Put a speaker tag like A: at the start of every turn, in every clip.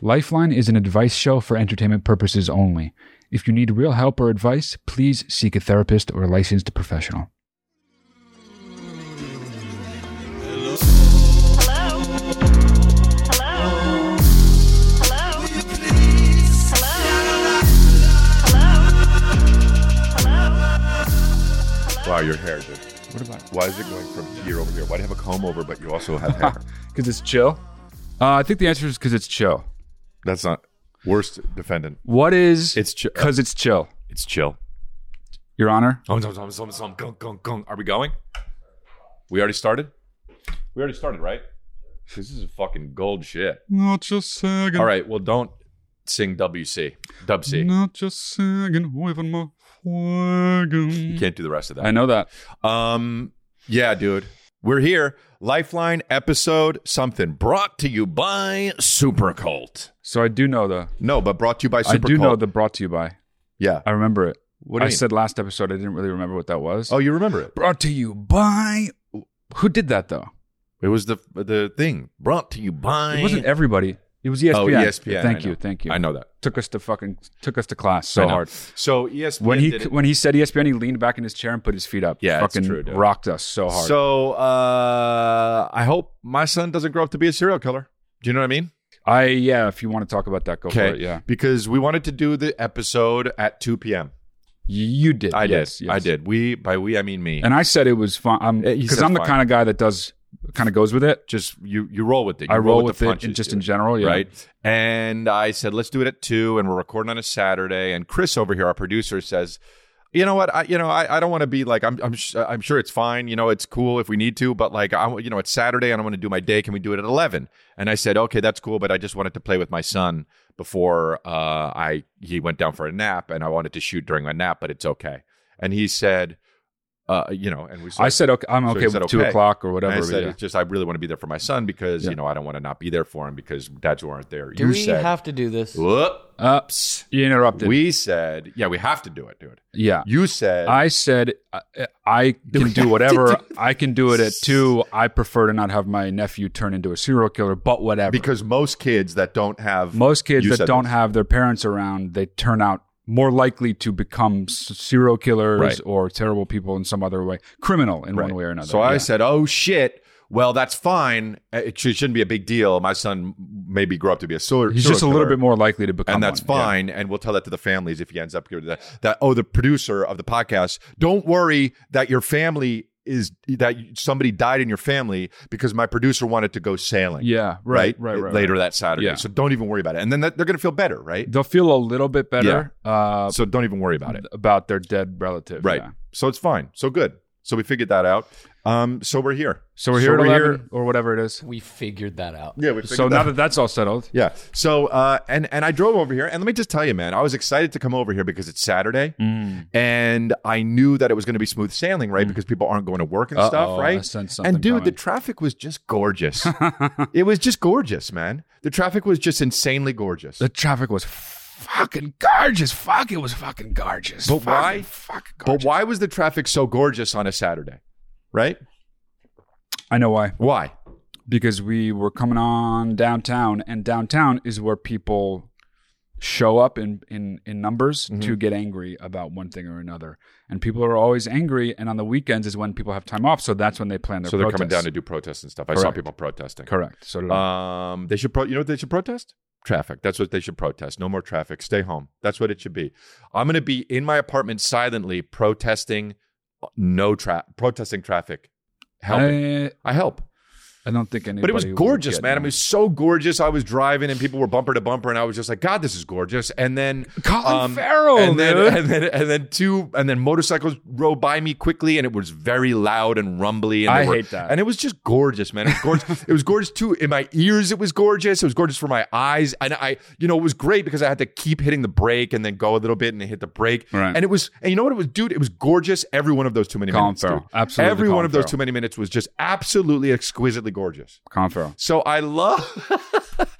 A: Lifeline is an advice show for entertainment purposes only. If you need real help or advice, please seek a therapist or licensed professional.
B: Hello? Hello? Hello? Hello?
C: Wow, your hair, dude.
A: What about
C: Why is it going from here over here? Why do you have a comb over, but you also have hair?
A: Because it's chill. Uh, I think the answer is because it's chill.
C: That's not worst defendant.
A: What is?
D: It's chi-
A: Because it's chill.
D: It's chill.
A: Your Honor.
C: Oh,
D: Um, um, um, um, um, gung, gung, gung. Are we going? We already started? We already started, right? This is fucking gold shit.
A: Not just second.
D: All right, well, don't sing WC. Dub C.
A: Not just second. Waving my
D: You
A: flag.
D: can't do the rest of
A: I
D: that.
A: know that.
C: Um,
D: Yeah, dude.
C: we're here. Lifeline episode something brought to you by Super Cult.
A: So I do know the.
C: No, but brought to you by Super
A: I do
C: Cult.
A: know the brought to you by.
C: yeah.
A: I remember it.
C: What do
A: I
C: you mean?
A: said last episode, I didn't really remember what that was.
C: Oh, you remember it?
A: brought to you by. Who did that though?
C: It was the the thing brought to you by.
A: It wasn't everybody. It was E ESPN.
C: Oh, ESPN,
A: Thank
C: I know.
A: you. Thank you.
D: I know that.
A: Took us to fucking took us to class so
D: I know.
A: hard.
D: So
C: E
D: ESPN
A: When he
D: did it.
A: when he said E ESPN, he leaned back in his chair and put his feet up.
D: Yeah, it's
A: fucking
D: true, dude.
A: rocked us so hard.
C: So uh, I hope my son doesn't grow up to be a serial killer. Do you know what I mean?
A: I yeah. If you want to talk about that, go for
C: Okay.
A: it. Yeah,
C: Because we wanted to do the episode at 2 p.m.
A: you did.
C: I
A: yes,
C: did.
A: yes.
C: I did. We by we I mean me.
A: And I said it was fun. I'm
C: Uh, you
A: because
C: said
A: I'm the
C: fine.
A: kind of guy that does kind of goes with it.
C: just you you roll with it. You
A: I roll with
C: the
A: it,
C: punches,
A: and just
C: dude.
A: in general, yeah.
C: right? And I said, let's do it at two, and we're recording on a Saturday. And Chris over here, our producer, says, you know what? I you know I, I don't want to be like I'm I'm sh- I'm sure it's fine. You know it's cool if we need to, but like I w- you know it's Saturday and I want to do my day. Can we do it at eleven? And I said, okay, that's cool, but I just wanted to play with my son before uh, I he went down for a nap, and I wanted to shoot during my nap, but it's okay. And he said. Uh, you know, and we.
A: I said okay. I'm
C: so
A: okay
C: he
A: with
C: said
A: two
C: okay.
A: o'clock or
C: And
A: whatever.
C: I said,
A: yeah.
C: it's just I really want to be there for my son because
A: Yeah.
C: you know I don't want to not be there for him because dads weren't there.
E: Do
C: you
E: we
C: said,
E: have to do this?
C: Whoop.
A: Oops, you interrupted.
C: we said, yeah, we have to do it, dude.
A: yeah,
C: You said,
A: I said uh, I can do whatever. I can do it at two. I prefer to not have my nephew turn into a serial killer, but whatever.
C: because most kids that don't have
A: most kids
C: you
A: that
C: said
A: don't
C: this.
A: have their parents around, they turn out more likely to become s- serial killers
C: Right.
A: or terrible people in some other way, criminal in one way or another.
C: So I
A: Yeah.
C: said, oh shit. Well, that's fine. Eh, It sh- shouldn't be a big deal. My son maybe grew up to be a serial.
A: he's just a
C: serial
A: little
C: killer,
A: bit more likely to become,
C: And that's
A: one. Yeah.
C: fine, and we'll tell that to the families if he ends up here. That, that oh, the producer of the podcast, don't worry that your family is that somebody died in your family because my producer wanted to go sailing.
A: Yeah, right, right, right. right.
C: later that Saturday.
A: Yeah.
C: So don't even worry about it. And then that, they're going to feel better, right?
A: they'll feel a little bit better uh,
C: so don't even worry about it.
A: about their dead relative.
C: Right.
A: yeah.
C: So it's fine. So good. So we figured that out. Um, so we're here.
A: So we're here at 11 or whatever it is.
E: We figured that out.
C: Yeah, we figured
A: So now
C: that.
A: that that's all settled,
C: yeah. So uh, and and I drove over here, and let me just tell you, man, I was excited to come over here because it's Saturday,
A: Mm.
C: and I knew that it was going to be smooth sailing, right? Because people aren't going to work and
A: Uh-oh,
C: stuff, right?
A: I sense something
C: and dude, the
A: coming.
C: traffic was just gorgeous. it was just gorgeous, man. The traffic was just insanely gorgeous.
A: the traffic was fucking gorgeous. Fuck, it was fucking gorgeous.
C: But
A: Fucking,
C: why-
A: Fucking gorgeous.
C: But why was the traffic so gorgeous on a Saturday? Right?
A: I know why.
C: Why?
A: because we were coming on downtown and downtown is where people show up in in in numbers
C: Mm-hmm.
A: to get angry about one thing or another and people are always angry and on the weekends is when people have time off so that's when they plan their
C: so they're coming
A: protests.
C: down to do protests and stuff. I saw
A: Correct.
C: people protesting.
A: correct so did I.
C: Um, they should pro- you know what they should protest? Traffic. That's what they should protest. No more traffic. Stay home. That's what it should be. I'm going to be in my apartment silently uh, protesting no tra- protesting traffic. Helping.
A: I,
C: I help.
A: I don't think anybody.
C: But it was
A: would
C: gorgeous,
A: get
C: man.
A: that.
C: It was so gorgeous. I was driving and people were bumper to bumper, and I was just like, God, this is gorgeous. And then um,
A: Colin Farrell,
C: and then,
A: dude.
C: and then and then two and then motorcycles rode by me quickly, and it was very loud and rumbly. And
A: I
C: they were-
A: hate that.
C: And it was just gorgeous, man. It was gorgeous. it was gorgeous too. In my ears, it was gorgeous. It was gorgeous for my eyes, and I, you know, it was great because I had to keep hitting the brake and then go a little bit and then hit the brake.
A: Right.
C: And it was, and you know what it was, dude? It was gorgeous. Every one of those too many
A: Colin
C: minutes, dude.
A: Farrell. Absolutely
C: Every one
A: Colin
C: of those
A: Farrell.
C: too many minutes was just absolutely exquisitely gorgeous.
A: Colin Farrell.
C: So I love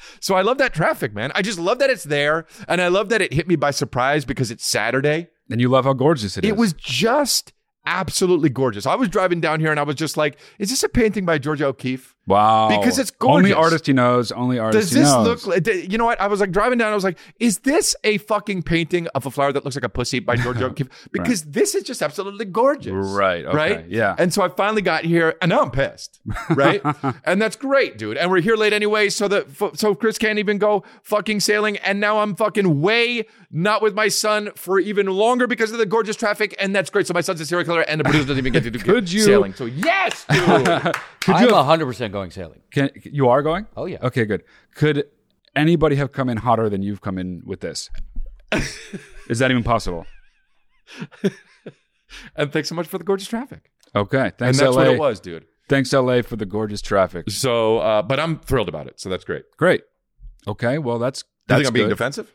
C: So I love that traffic, man. I just love that it's there and I love that it hit me by surprise because it's Saturday.
A: And you love how gorgeous it is.
C: It was just absolutely gorgeous. I was driving down here and I was just like, is this a painting by George O'Keefe?
A: wow
C: because it's
A: Only
C: gorgeous.
A: artist he knows. Only artist
C: Does
A: he
C: this
A: knows.
C: look like you know what? I was like driving down, I was like, is this a fucking painting of a flower that looks like a pussy by George O'Keefe? Because this is just absolutely gorgeous.
A: Right, okay,
C: Right.
A: yeah.
C: And so I finally got here and now I'm pissed. Right. and that's great, dude. And we're here late anyway. So the f- so Chris can't even go fucking sailing. And now I'm fucking way not with my son for even longer because of the gorgeous traffic. And that's great. So my son's a serial killer and the producer doesn't even get to do
A: Could you-
C: sailing. So yes, dude.
A: you
B: I'm
A: have-
B: 100% going sailing.
A: Can, you are going?
B: Oh, yeah.
A: Okay, good. Could anybody have come in hotter than you've come in with this? Is that even possible?
C: and thanks so much for the gorgeous traffic.
A: Okay,
C: And
A: thanks
C: that's
A: LA.
C: what it was, dude.
A: Thanks LA for the gorgeous traffic.
C: So, uh, but I'm thrilled about it. So that's great.
A: Great. Okay, well that's
C: Do you
A: that's
C: think I'm being
A: good.
C: defensive?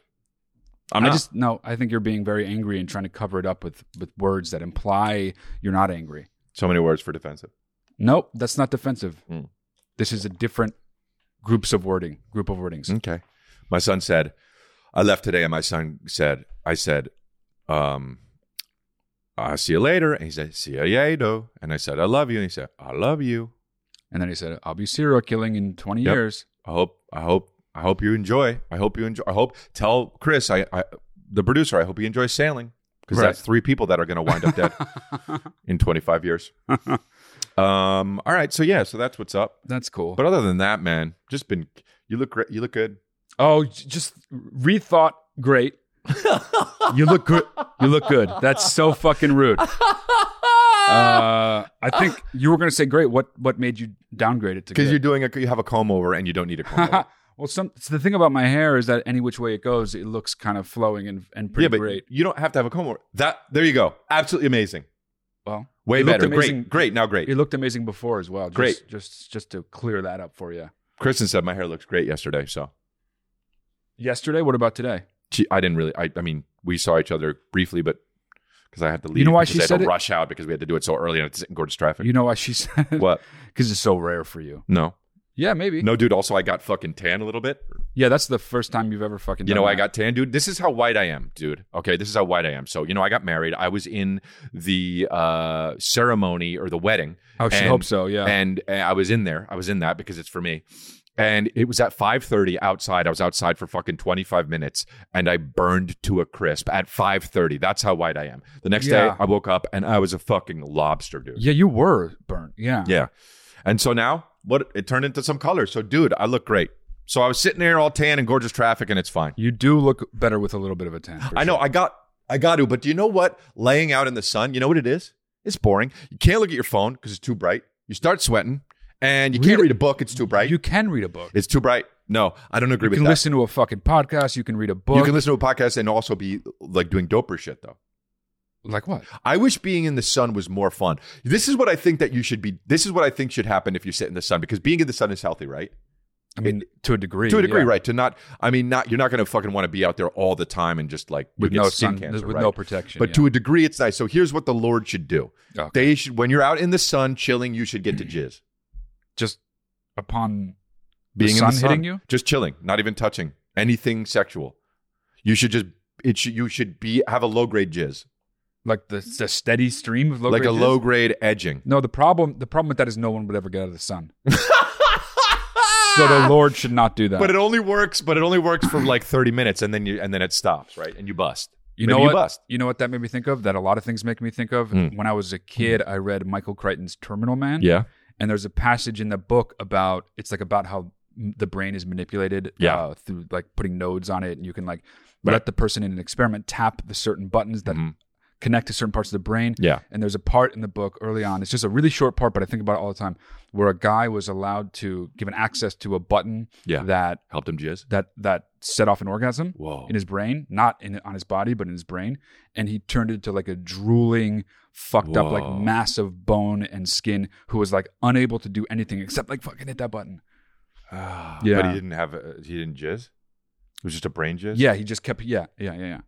C: I'm
A: I
C: not.
A: just no. I think you're being very angry and trying to cover it up with with words that imply you're not angry.
C: so many words for defensive. Hmm.
A: Nope, that's not defensive. This is a different groups of wording, group of wordings.
C: Okay. My son said, I left today, and my son said, I said, um, I'll see you later. And he said, see you later. And I said, I love you. And he said, I love you.
A: And then he said, "I'll be serial killing in 20
C: Yep.
A: years."
C: I hope, I hope, I hope you enjoy. I hope you enjoy. I hope, tell Chris, I, I the producer, I hope you enjoy sailing because
A: Right.
C: that's three people that are going to wind up dead in 25 years. um, all right. So, yeah, so that's what's up.
A: That's cool.
C: But other than that, man, just been, you look, gre- you look good.
A: Oh, j- just rethought. Great. you look good. You look good. That's so fucking rude. Uh, I think you were going to say great. What what made you downgrade it to?
C: Because
A: great?
C: you're doing a, you have a comb over and you don't need a comb over.
A: well, some so the thing about my hair is that any which way it goes, it looks kind of flowing and and pretty
C: yeah, but
A: great.
C: you don't have to have a comb over. That there you go. Absolutely amazing.
A: Well,
C: Way
A: it looked
C: better.
A: amazing-
C: Great. Great. Now great.
A: It looked amazing before as well. Just,
C: Great.
A: Just just to clear that up for you.
C: Kristen said my hair looks great yesterday, so
A: Yesterday. What about today?
C: she, I didn't really. I, I mean, we saw each other briefly, but because I had to leave.
A: know why
C: because
A: she
C: I had
A: said
C: to
A: it?
C: rush out because we had to do it so early and it's in gorgeous traffic.
A: You know why she said
C: what?
A: Because it's so rare for you.
C: No,
A: Yeah, maybe.
C: no, dude. Also, I got fucking tan a little bit.
A: Yeah, that's the first time you've ever fucking.
C: You
A: done
C: know, I
A: that.
C: got tan, dude. This is how white I am, dude. Okay, this is how white I am. So, you know, I got married. I was in the uh, ceremony or the wedding.
A: Oh, she
C: And-
A: hopes so. Yeah.
C: and, and I was in there. I was in that because it's for me. And it was at 5:30 outside. I was outside for fucking 25 minutes and I burned to a crisp at 5:30. That's how white I am. The next day
A: Yeah.
C: I woke up and I was a fucking lobster, dude.
A: Yeah, you were burnt. Yeah.
C: Yeah. And so now what it turned into some color. So dude, I look great. So I was sitting there all tan and gorgeous traffic and it's fine.
A: You do look better with a little bit of a tan. for
C: I know
A: sure.
C: I got I got to, but do you know what? Laying out in the sun, you know what it is? It's boring. You can't look at your phone because it's too bright. You start sweating and you can't
A: Read-
C: read a book, it's too bright.
A: You can read a book.
C: It's too bright. No, I don't agree
A: You
C: with
A: can
C: that.
A: listen to a fucking podcast. You can read a book.
C: You can listen to a podcast and also be like doing doper shit though.
A: like what?
C: I wish being in the sun was more fun. This is what I think that you should be. This is what I think should happen if you sit in the sun because being in the sun is healthy, right?
A: I mean, to a degree.
C: To a degree,
A: yeah.
C: right? To not, I mean, not you're not going to fucking want to be out there all the time and just like
A: With
C: get
A: no
C: skin
A: sun,
C: cancer,
A: with
C: right?
A: no protection.
C: But
A: yeah.
C: to a degree, it's nice. So here's what the Lord should do.
A: Okay.
C: They should, when you're out in the sun chilling, you should get to jizz.
A: just upon
C: being
A: the
C: in
A: sun
C: the sun,
A: hitting you.
C: just chilling, not even touching anything sexual. You should just it should you should be have a low grade jizz,
A: Like the, the steady stream of low
C: like a
A: grade
C: low
A: jizz?
C: grade edging.
A: No, the problem the problem with that is no one would ever get out of the sun. so the Lord should not do that.
C: But it only works, but it only works for like thirty minutes, and then you and then it stops, right? And you bust.
A: You
C: Maybe
A: know
C: you
A: what?
C: bust. Hmm.
A: You know what that made me think of? That a lot of things make me think of. When I was a kid, I read Michael Crichton's Terminal Man.
C: Yeah.
A: And there's a passage in the book about it's like about how m- the brain is manipulated
C: Yeah.
A: uh, through like putting nodes on it, and you can like let the person in an experiment tap the certain buttons that connect to certain parts of the brain.
C: Mm-hmm. Yeah.
A: And there's a part in the book early on. It's just a really short part, but I think about it all the time, where a guy was allowed to given access to a button
C: Yeah.
A: that
C: Helped him jizz.
A: that that set off an orgasm
C: Whoa.
A: in his brain, not in on his body, but in his brain, and he turned into like a drooling, fucked up, like
C: Whoa.
A: massive bone and skin, who was like unable to do anything except like fucking hit that button.
C: Ah.
A: Yeah,
C: But
D: But he didn't have. A, he didn't jizz. It was just a brain jizz.
A: yeah, he just kept, yeah, yeah, yeah, yeah.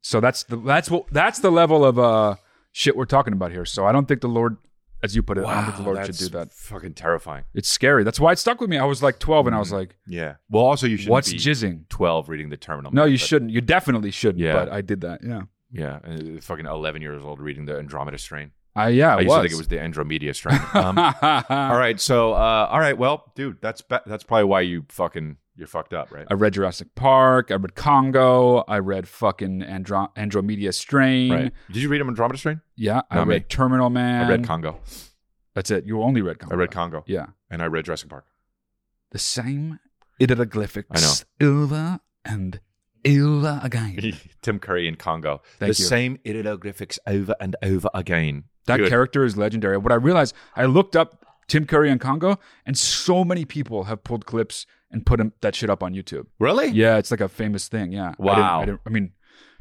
A: So that's the that's what that's the level of uh shit we're talking about here. So I don't think the Lord, as you put it, I don't think the
C: Wow,
A: Lord should do
C: that's
A: that.
C: Fucking terrifying.
A: It's scary. That's why it stuck with me. I was like 12, and I was like,
C: Mm-hmm. Yeah. Well, also you should.
A: "What's
C: be
A: jizzing?"
C: Twelve reading the terminal.
A: No,
C: Mass,
A: you
C: but-
A: shouldn't. You definitely shouldn't.
C: Yeah.
A: But I did that. Yeah.
C: Yeah, and, uh, fucking eleven years old reading the Andromeda strain.
A: I Uh, yeah.
C: I
A: It
C: used
A: was.
C: to think it was the Andromeda strain. Um, all
A: I
C: right, so uh, all right, well, dude, that's ba- that's probably why you fucking you're fucked up, right?
A: read Jurassic Park. I read Congo. I read fucking Andro- Andromeda Strain.
C: Right? Did you read him Andromeda strain?
A: Yeah. I
C: Not
A: read
C: me.
A: Terminal Man.
C: I read Congo.
A: That's it. You only read Congo.
C: I read Congo,
A: Yeah.
C: and I read Jurassic Park.
A: The same hieroglyphics. I know. Over and over again.
C: Tim Curry in Congo.
A: Thank
C: the
A: you.
C: same ideographics over and over again.
A: That
C: Dude,
A: character is legendary. What I realized, I looked up Tim Curry and Congo, and so many people have pulled clips and put 'em- that shit up on YouTube.
C: Really?
A: Yeah, it's like a famous thing. Yeah. I didn't-
C: Wow.
A: I, didn't, I mean,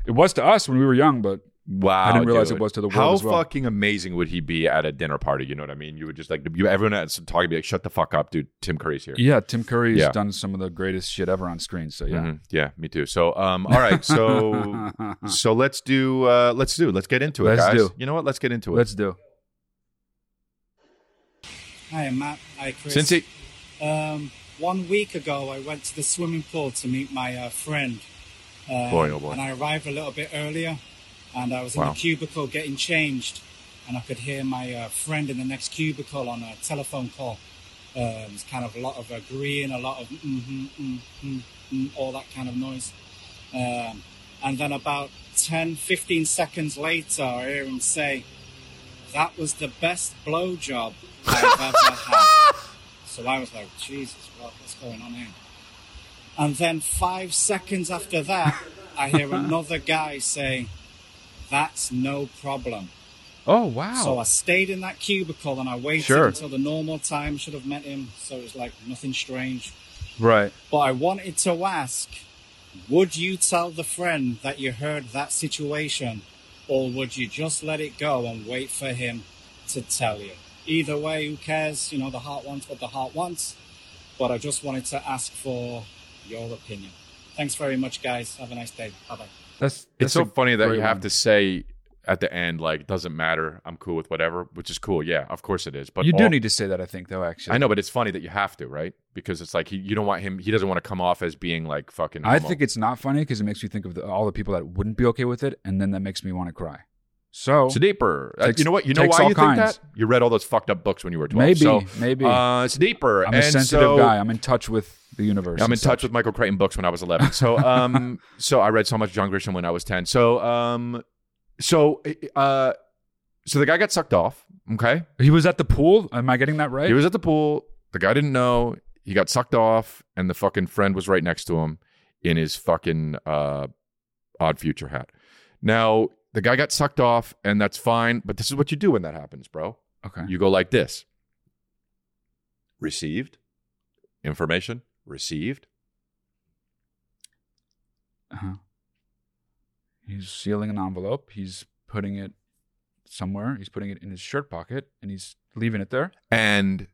A: it was to us when we were young, but
C: Wow.
A: I didn't realize
C: dude.
A: it was to the world
C: How
A: as well.
C: fucking amazing would he be at a dinner party? You know what I mean? You would just like you, everyone at some talking be like, "Shut the fuck up, dude." Tim Curry's here.
A: yeah, Tim Curry's
C: Yeah.
A: done some of the greatest shit ever on screen. So yeah.
C: Mhm. yeah, me too. So, um, all right, so so let's do uh, let's do let's get into it,
A: Let's
C: guys.
A: do.
C: You know what? Let's get into it.
A: Let's do.
B: Hi, I'm Matt. Hi, Chris.
C: Since it,
B: Um, one week ago, I went to the swimming pool to meet my uh, friend. Um,
C: Boy, oh boy.
B: And I arrived a little bit earlier, and I was in
C: Wow.
B: the cubicle getting changed, and I could hear my uh, friend in the next cubicle on a telephone call. Um, it's kind of a lot of agreeing, a lot of mm-hmm, mm-hmm, mm, all that kind of noise. Um, and then about 10, 15 seconds later, I hear him say, That was the best blowjob I've ever had. So I was like, Jesus, what, what's going on here? And then five seconds after that, I hear another guy say, That's no problem.
A: Oh wow.
B: So I stayed in that cubicle and I waited
A: Sure.
B: until the normal time should have met him. So it was like nothing strange.
A: right.
B: But I wanted to ask would you tell the friend that you heard that situation, or would you just let it go and wait for him to tell you? Either way, who cares? You know, the heart wants what the heart wants. But I just wanted to ask for your opinion. Thanks very much, guys. Have a nice day. Bye bye.
A: That's,
C: it's
A: that's
C: so
A: a
C: funny that
A: great
C: you have
A: one.
C: to say at the end like doesn't matter. I'm cool with whatever, which is cool. Yeah, of course it is. But
A: You do
C: all-
A: need to say that, I think, though. Actually,
C: I know, but it's funny that you have to, right? Because it's like he, you don't want him. He doesn't want to come off as being like fucking.
A: I
C: homo.
A: think it's not funny because it makes me think of the, all the people that wouldn't be okay with it, and then that makes me want to cry. So
C: Sudeeper. Uh,
A: Takes-
C: you know what? You know
A: takes
C: why
A: all
C: you
A: kinds.
C: think that? You read all those fucked up books when you were twelve.
A: maybe,
C: So,
A: maybe
C: Uh, Sudeeper.
A: I'm a
C: and
A: sensitive
C: so-
A: guy. I'm in touch with the universe.
C: I'm in
A: and
C: touch
A: such.
C: with Michael Crichton books when I was 11. So, um, so I read so much John Grisham when I was 10. So, um, so, uh, so the guy got sucked off. Okay,
A: He was at the pool. Am I getting that right?
C: he was at the pool. The guy didn't know. He got sucked off, and the fucking friend was right next to him in his fucking uh, odd future hat. Now the guy got sucked off, and that's fine. But this is what you do when that happens, bro.
A: okay.
C: You go like this. Received information. Received.
A: Uh-huh. He's sealing an envelope. He's putting it somewhere. He's putting it in his shirt pocket and he's leaving it there.
C: and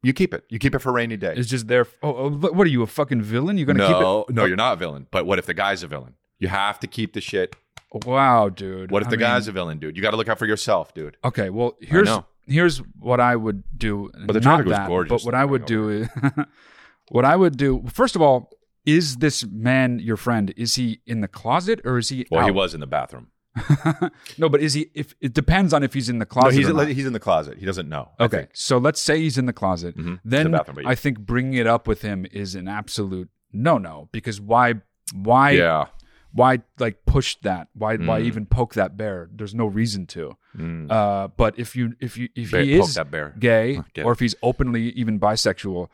C: you keep it. You keep it for rainy day.
A: It's just there. Oh, oh, but what are you, a fucking villain? You're going to
C: no, no, you're not a villain. But what if the guy's a villain? You have to keep the shit.
A: keep it? Wow, dude.
C: What if
A: I
C: the guy's
A: mean-
C: a villain, dude? You got to look out for yourself, dude.
A: Okay, well, here's
C: know.
A: here's what I would do.
C: But the
A: Not
C: traffic was
A: that,
C: gorgeous
A: But what
C: that
A: I
C: way
A: would
C: over
A: do is what I would do. First of all, is this man your friend? Is he in the closet or is he
C: Well, he
A: out?
C: was in the bathroom.
A: No, but is he if it depends on if he's in the closet
C: No, he's
A: or not.
C: he's in the closet. He doesn't know. I
A: Okay,
C: think. Mm-hmm.
A: so let's say he's in the closet. Then
C: The bathroom, but you-
A: I think bringing it up with him is an absolute no-no because why? Why?
C: yeah. Mm.
A: Why like push that? Why? Why even poke that bear? There's no reason to. Uh, but if you if you if
C: Bear-
A: he
C: poke
A: is
C: that bear.
A: gay
C: Get
A: or
C: it.
A: if he's openly even bisexual,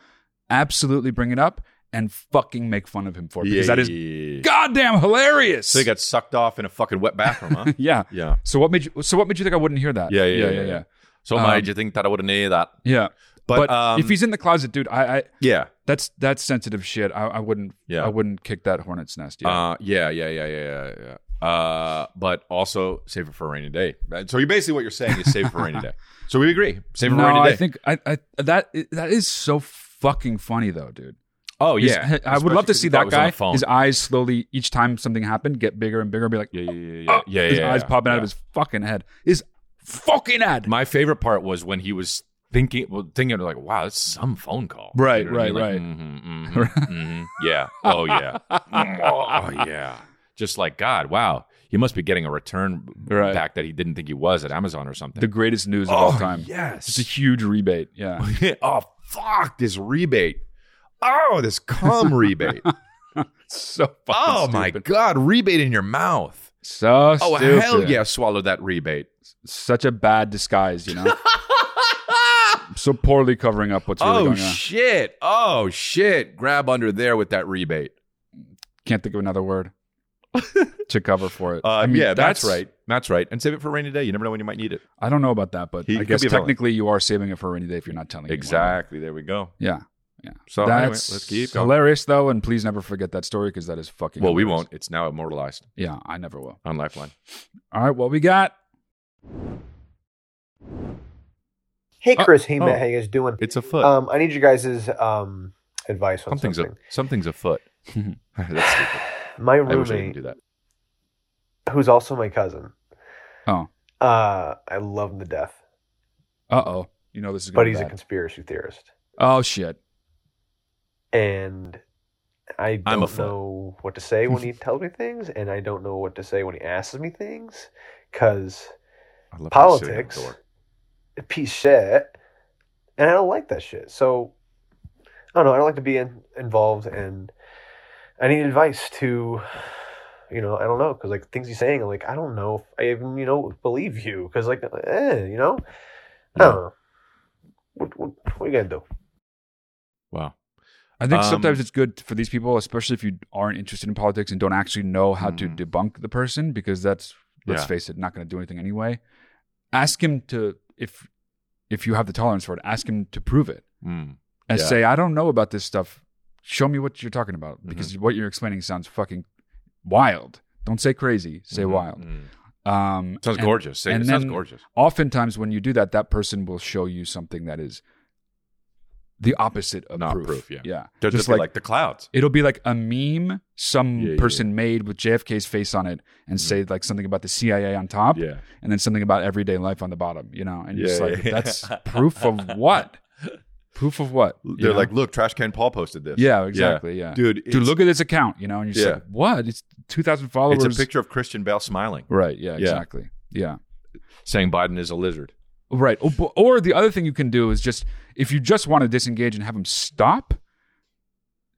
A: absolutely bring it up and fucking make fun of him for it because that is goddamn hilarious.
C: So they got sucked off in a fucking wet bathroom, huh?
A: yeah.
C: Uh-huh. yeah.
A: So what made you? So what made you think I wouldn't hear that?
C: Yeah, yeah,
A: yeah,
C: yeah,
A: yeah.
C: yeah. So
A: Um,
C: made you think that I would have knew that.
A: yeah.
C: But,
A: But,
C: um,
A: if he's in the closet, dude, I, I
C: Yeah.
A: that's that's sensitive shit. I, I wouldn't.
C: Yeah.
A: I wouldn't kick that hornet's nest. Yeah.
C: Uh, yeah, yeah, yeah, yeah, yeah, yeah. Uh, but also save it for a rainy day. Right? So you basically what you're saying is save it for a rainy day. So we agree, save it for
A: no,
C: a rainy day.
A: I think I, I that that is so fucking funny though, dude.
C: oh
A: His-
C: yeah,
A: I would love to
C: Especially 'cause
A: see
C: he thought it
A: that
C: was on
A: guy.
C: the phone.
A: His eyes slowly each time something happened get bigger and bigger and be like,
C: Yeah, yeah, yeah, yeah, yeah, yeah,
A: his
C: yeah,
A: eyes
C: yeah.
A: popping out
C: Yeah.
A: of his fucking head. His fucking head.
C: My favorite part was when he was thinking, well, thinking like, "Wow, that's some phone call."
A: Right,
C: what I mean?
A: right,
C: Like, mhm, mhm, mhm. Yeah. Oh yeah. Mm, oh yeah. Just like God. Wow. He must be getting a return
A: Right.
C: back that he didn't think he was at Amazon or something.
A: the greatest news of
C: oh,
A: all time.
C: Yes.
A: It's a huge rebate. Yeah.
C: oh fuck this rebate. Oh, this cum rebate.
A: so fucking
C: oh my
A: stupid.
C: god, rebate in your mouth.
A: So
C: Oh
A: stupid.
C: hell yeah, swallow that rebate.
A: Such a bad disguise, you know? so poorly covering up what's really
C: oh
A: going on.
C: shit. Oh shit. Grab under there with that rebate.
A: Can't think of another word to cover for it.
C: Uh,
A: I mean,
C: yeah, that's, right. That's right. And save it for a rainy day. You never know when you might need it.
A: I don't know about that, but
C: He
A: I
C: could
A: guess
C: be a villain.
A: technically you are saving it for a rainy day if you're not telling anyone.
C: There we go.
A: Yeah.
C: So
A: that's
C: anyway, let's keep going.
A: hilarious though, and please never forget that story because that is fucking.
C: Well, we
A: hilarious.
C: won't. It's now immortalized
A: Yeah, I never will.
C: on Lifeline.
A: All right, what we got?
E: Hey,
C: Oh,
E: Chris. hey, Matt.
C: oh.
E: How you guys doing?
C: It's a foot.
E: Um, I need you guys' um, advice on
C: something's
E: something.
C: a something's a foot. that's stupid.
E: My
C: I wish I didn't
E: roommate,
C: do that.
E: who's also my cousin.
A: Oh.
E: Uh, I love him to death,
A: Uh oh, you know this is. Gonna
E: but
A: be
E: he's a
A: bad.
E: conspiracy theorist,
A: oh shit.
E: and I
C: I'm a
E: don't
C: fool.
E: know what to say when he tells me things, and I don't know what to say when he asks me things, because
C: I love how you say that
E: politics,
C: door.
E: piece of shit, and I don't like that shit. So I don't know. I don't like to be in, involved, and I need advice to, you know, I don't know, because like things he's saying, I'm like, I don't know if I even, you know, believe you, because like, eh, you know, I don't know. What, what, what are you gonna do?
C: Wow.
A: I think
C: Um,
A: sometimes it's good for these people, especially if you aren't interested in politics and don't actually know how to debunk the person, because that's let's
C: Mm-hmm. Yeah.
A: face it, not going to do anything anyway. Ask him to if if you have the tolerance for it, ask him to prove it
C: Mm.
A: and
C: Yeah.
A: say, I don't know about this stuff. Show me what you're talking about because
C: Mm-hmm.
A: what you're explaining sounds fucking wild. Don't say crazy, say
C: Mhm.
A: wild.
C: Mm.
A: Um,
C: Sounds
A: and-
C: gorgeous. Say-
A: and
C: it sounds
A: then-
C: gorgeous.
A: Oftentimes, when you do that, that person will show you something that is the opposite of
C: Not
A: proof.
C: proof, yeah.
A: yeah.
C: They'll Just, like, the clouds.
A: It'll be like a meme some
C: Yeah, yeah,
A: person made with JFK's face on it and say like something about the CIA on top
C: Yeah.
A: and then something about everyday life on the bottom, you know? And you're just
C: Yeah,
A: like,
C: yeah.
A: that's proof of what? Proof of what? You
C: They're
A: know?
C: like, look, Trash Can Paul posted this.
A: yeah, exactly. Yeah.
C: Dude,
A: Dude,
C: it's-
A: look at this account, you know? And you're just
C: Yeah.
A: like, what? It's 2,000
C: It's
A: followers.
C: a picture of Christian Bale smiling,
A: Right. Yeah,
C: Yeah.
A: exactly. Yeah.
C: saying Biden is a lizard.
A: Right. Or, bu- or the other thing you can do is just, if you just want to disengage and have them stop,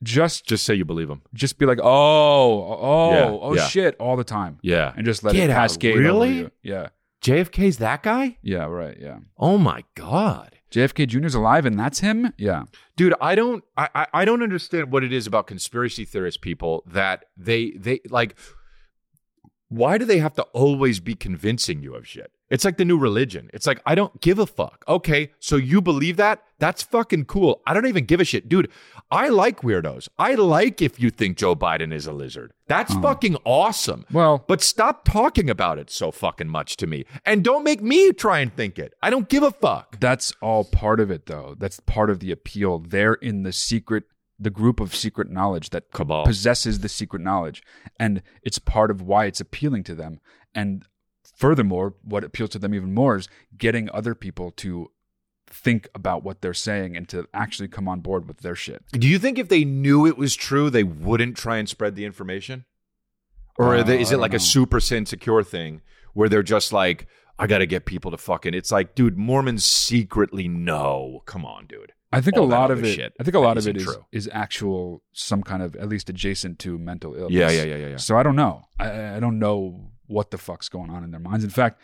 A: just,
C: Just say you believe him.
A: just be like, oh, oh,
C: Yeah,
A: oh
C: yeah.
A: shit, all the time.
C: Yeah.
A: and just let
C: Get
A: it
C: out.
A: cascade. over
C: Really?
A: you. Yeah.
C: JFK's that guy?
A: Yeah. Right. Yeah.
C: Oh my God.
A: JFK Jr.'s alive, and that's him. Yeah.
C: dude i don't I, I i don't understand what it is about conspiracy theorist people that they they like why do they have to always be convincing you of shit it's like the new religion it's like i don't give a fuck okay so you believe that that's fucking cool i don't even give a shit dude i like weirdos i like if you think joe biden is a lizard that's fucking awesome
A: Well-
C: but stop talking about it so fucking much to me and don't make me try and think it i don't give a fuck
A: That's all part of it, though. That's part of the appeal. They're in the secret, the group of secret knowledge that
C: Cabal.
A: possesses the secret knowledge, and it's part of why it's appealing to them. And furthermore, what appeals to them even more is getting other people to think about what they're saying and to actually come on board with their shit.
C: Do you think if they knew it was true, they wouldn't try and spread the information? Or
A: Uh,
C: are they, is
A: I
C: it
A: don't
C: like
A: know.
C: a super sin secure thing where they're just like, I got to get people to fucking. It's like, dude, Mormons secretly know. Come on, dude.
A: I think a
C: All that
A: lot
C: other
A: of it.
C: shit
A: I think a lot
C: that
A: of it
C: isn't
A: is
C: true.
A: is actual some kind of at least adjacent to mental illness.
C: Yeah, yeah, yeah, yeah, yeah.
A: So I don't know. I, I don't know what the fuck's going on in their minds. In fact,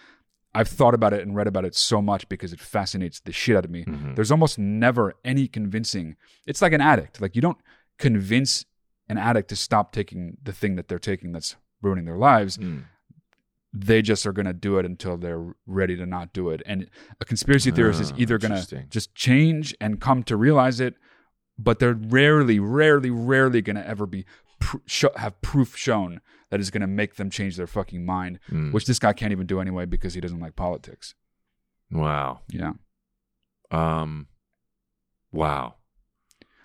A: I've thought about it and read about it so much because it
C: Mm-hmm.
A: fascinates the shit out of me. There's almost never any convincing. It's like an addict. Like you don't convince an addict to stop taking the thing that they're taking that's ruining their lives.
C: Mm.
A: They just are going to do it until they're ready to not do it. And a conspiracy theorist is
C: Ah,
A: either going to
C: interesting.
A: just change and come to realize it, but they're rarely, rarely, rarely going to ever be pr- sho- have proof shown that is going to make them change their fucking mind,
C: Mm.
A: which this guy can't even do anyway because he doesn't like politics.
C: Wow.
A: Yeah.
C: Um. Wow.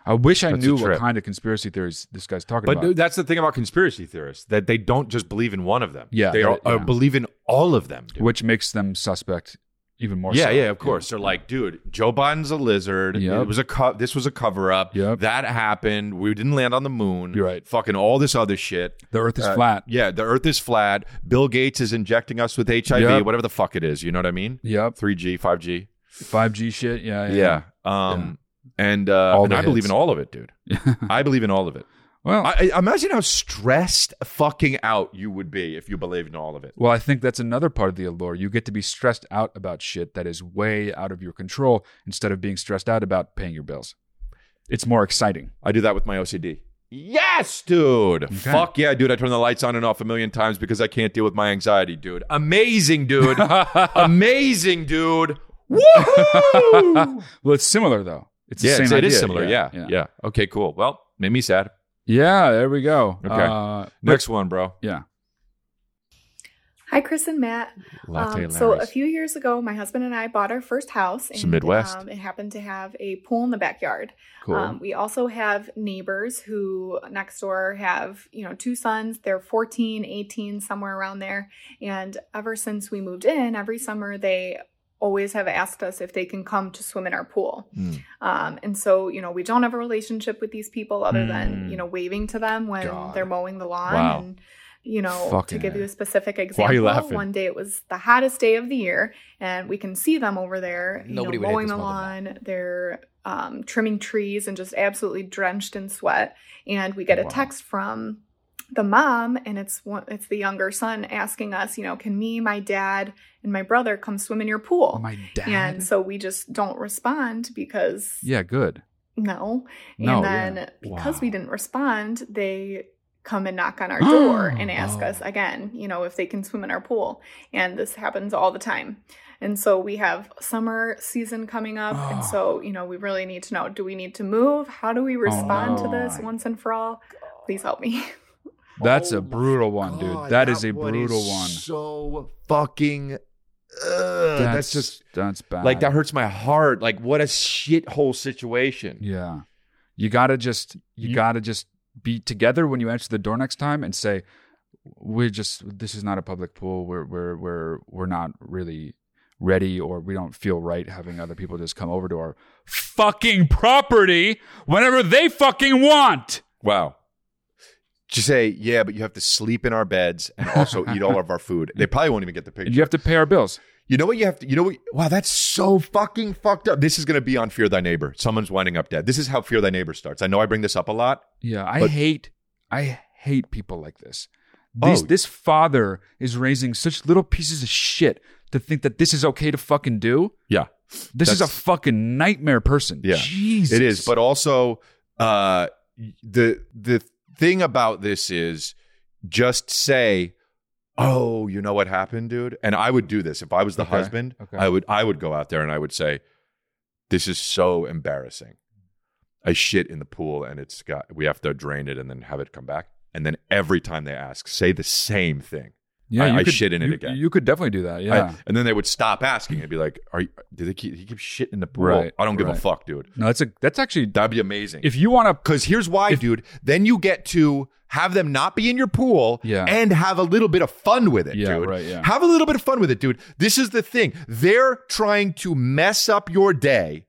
A: I wish I
C: That's a
A: knew what
C: trip.
A: kind of conspiracy theories this guy's talking
C: But
A: about.
C: that's the thing about conspiracy theorists that they don't just believe in one of them.
A: Yeah,
C: they are,
A: that- yeah.
C: uh, believe in all of them. dude.
A: which makes them suspect even more.
C: yeah,
A: so.
C: yeah, of course. They're like, dude, Joe Biden's a lizard.
A: Yep.
C: It was a co- this was a cover up.
A: Yep.
C: That happened. We didn't land on the moon.
A: You're right.
C: Fucking all this other shit. Uh,
A: The Earth is flat.
C: Yeah, the Earth is flat. Bill Gates is injecting us with HIV.
A: Yep.
C: Whatever the fuck it is, you know what I mean?
A: Yep.
C: 3G, 5G.
A: Five G shit. Yeah.
C: Yeah. Um. And uh,
A: All
C: and
A: the
C: I
A: hits.
C: believe in all of it, dude. I believe in all of it.
A: Well, I,
C: I, I imagine how stressed fucking out you would be if you believed in all of it.
A: well, I think that's another part of the allure. You get to be stressed out about shit that is way out of your control instead of being stressed out about paying your bills. It's more exciting.
C: I do that with my OCD. Yes, dude. Fuck yeah, dude. I turn the lights on and off a million times because I can't deal with my anxiety, dude. Amazing, dude. Amazing, dude. Woohoo!
A: Well, it's similar though. It's the
C: yeah,
A: same
C: it's- it is
A: idea.
C: similar. Yeah yeah,
A: Yeah. Yeah.
C: Okay, cool. Well, made me sad.
A: Yeah, There we go.
C: Okay.
A: Uh,
C: Next one, bro.
A: yeah.
F: Hi, Chris and Matt.
C: Latte
F: Um, so a
C: Larry's.
F: few years ago, my husband and I bought our first house.
C: It's the Midwest.
F: Um, it happened to have a pool in the backyard.
C: Cool.
F: Um, we also have neighbors who next door have, you know, two sons. They're 14, 18, somewhere around there. And ever since we moved in, every summer they always have asked us if they can come to swim in our pool.
C: Mm.
F: Um, and so, you know, we don't have a relationship with these people other than,
A: Mm.
F: you know, waving to them when
A: God.
F: they're mowing the lawn
C: Hmm. Wow.
F: and you know,
A: Fucking
F: to give
A: A.
F: you a specific example,
C: Why are you laughing?
F: one day it was the hottest day of the year, and we can see them over there, you
G: Nobody would
F: know,
G: hate
F: mowing
G: this
F: the
G: mother than
F: lawn. They're um, trimming trees and just absolutely drenched in sweat. And we get a
C: Wow.
F: text from the mom, and it's one, it's the younger son asking us, you know, can me, my dad, and my brother come swim in your pool?
A: My dad.
F: and so we just don't respond because
A: yeah. Good.
F: no.
A: No,
F: and then
A: yeah.
F: because
C: Wow.
F: we didn't respond, they come and knock on our door and ask
A: Oh.
F: us again, you know, if they can swim in our pool. And this happens all the time. And so we have summer season coming up.
A: Oh.
F: And so, you know, we really need to know do we need to move? How do we
A: Oh,
F: respond to this
A: my
F: once and for all? Please help me.
A: That's
C: Oh
A: a
C: my
A: brutal one, dude.
C: God,
A: that is a
C: one
A: brutal
C: is
A: one.
C: So fucking. Ugh, that's, just
A: that's bad.
C: like that hurts my heart. Like what a shithole situation.
A: Yeah. You got to just you,
C: You-
A: got to just be together when you answer the door next time and say we're just this is not a public pool. We're we're we're we're not really ready or we don't feel right having other people just come over to our fucking property whenever they fucking want.
C: Wow. Just say, yeah, but you have to sleep in our beds and also eat all of our food. They probably won't even get the picture.
A: And you have to pay our bills.
C: You know what you have to, you know what, wow, that's so fucking fucked up. This is going to be on Fear Thy Neighbor. Someone's winding up dead. This is how Fear Thy Neighbor starts. I know I bring this up a lot.
A: Yeah, I
C: But-
A: hate I hate people like this. This
C: Oh.
A: this father is raising such little pieces of shit to think that this is okay to fucking do.
C: Yeah.
A: This is a
C: That's-
A: fucking nightmare person.
C: Yeah.
A: Jesus.
C: It is, but also uh the the thing about this is just say Oh, you know what happened, dude? And I would do this if I was the
A: Okay.
C: husband.
A: Okay.
C: I would I would go out there and I would say, "This is so embarrassing. I shit in the pool, and it's got we have to drain it and then have it come back. And then every time they ask, say the same thing.
A: yeah,
C: I-
A: you
C: I shit in it
A: you-
C: again.
A: You could definitely do that.
C: I-
A: Yeah.
C: and then they would stop asking and be like, "Are you, did they keep, he keep shit in the pool?
A: Right,
C: I don't give
A: right.
C: a fuck, dude.
A: no, that's a that's actually
C: That'd be amazing.
A: if you want to
C: Because here's why, dude. Then you get to have them not be in your pool
A: Yeah.
C: and have a little bit of fun with it,
A: Yeah,
C: dude.
A: right, yeah.
C: Have a little bit of fun with it, dude. This is the thing. They're trying to mess up your day.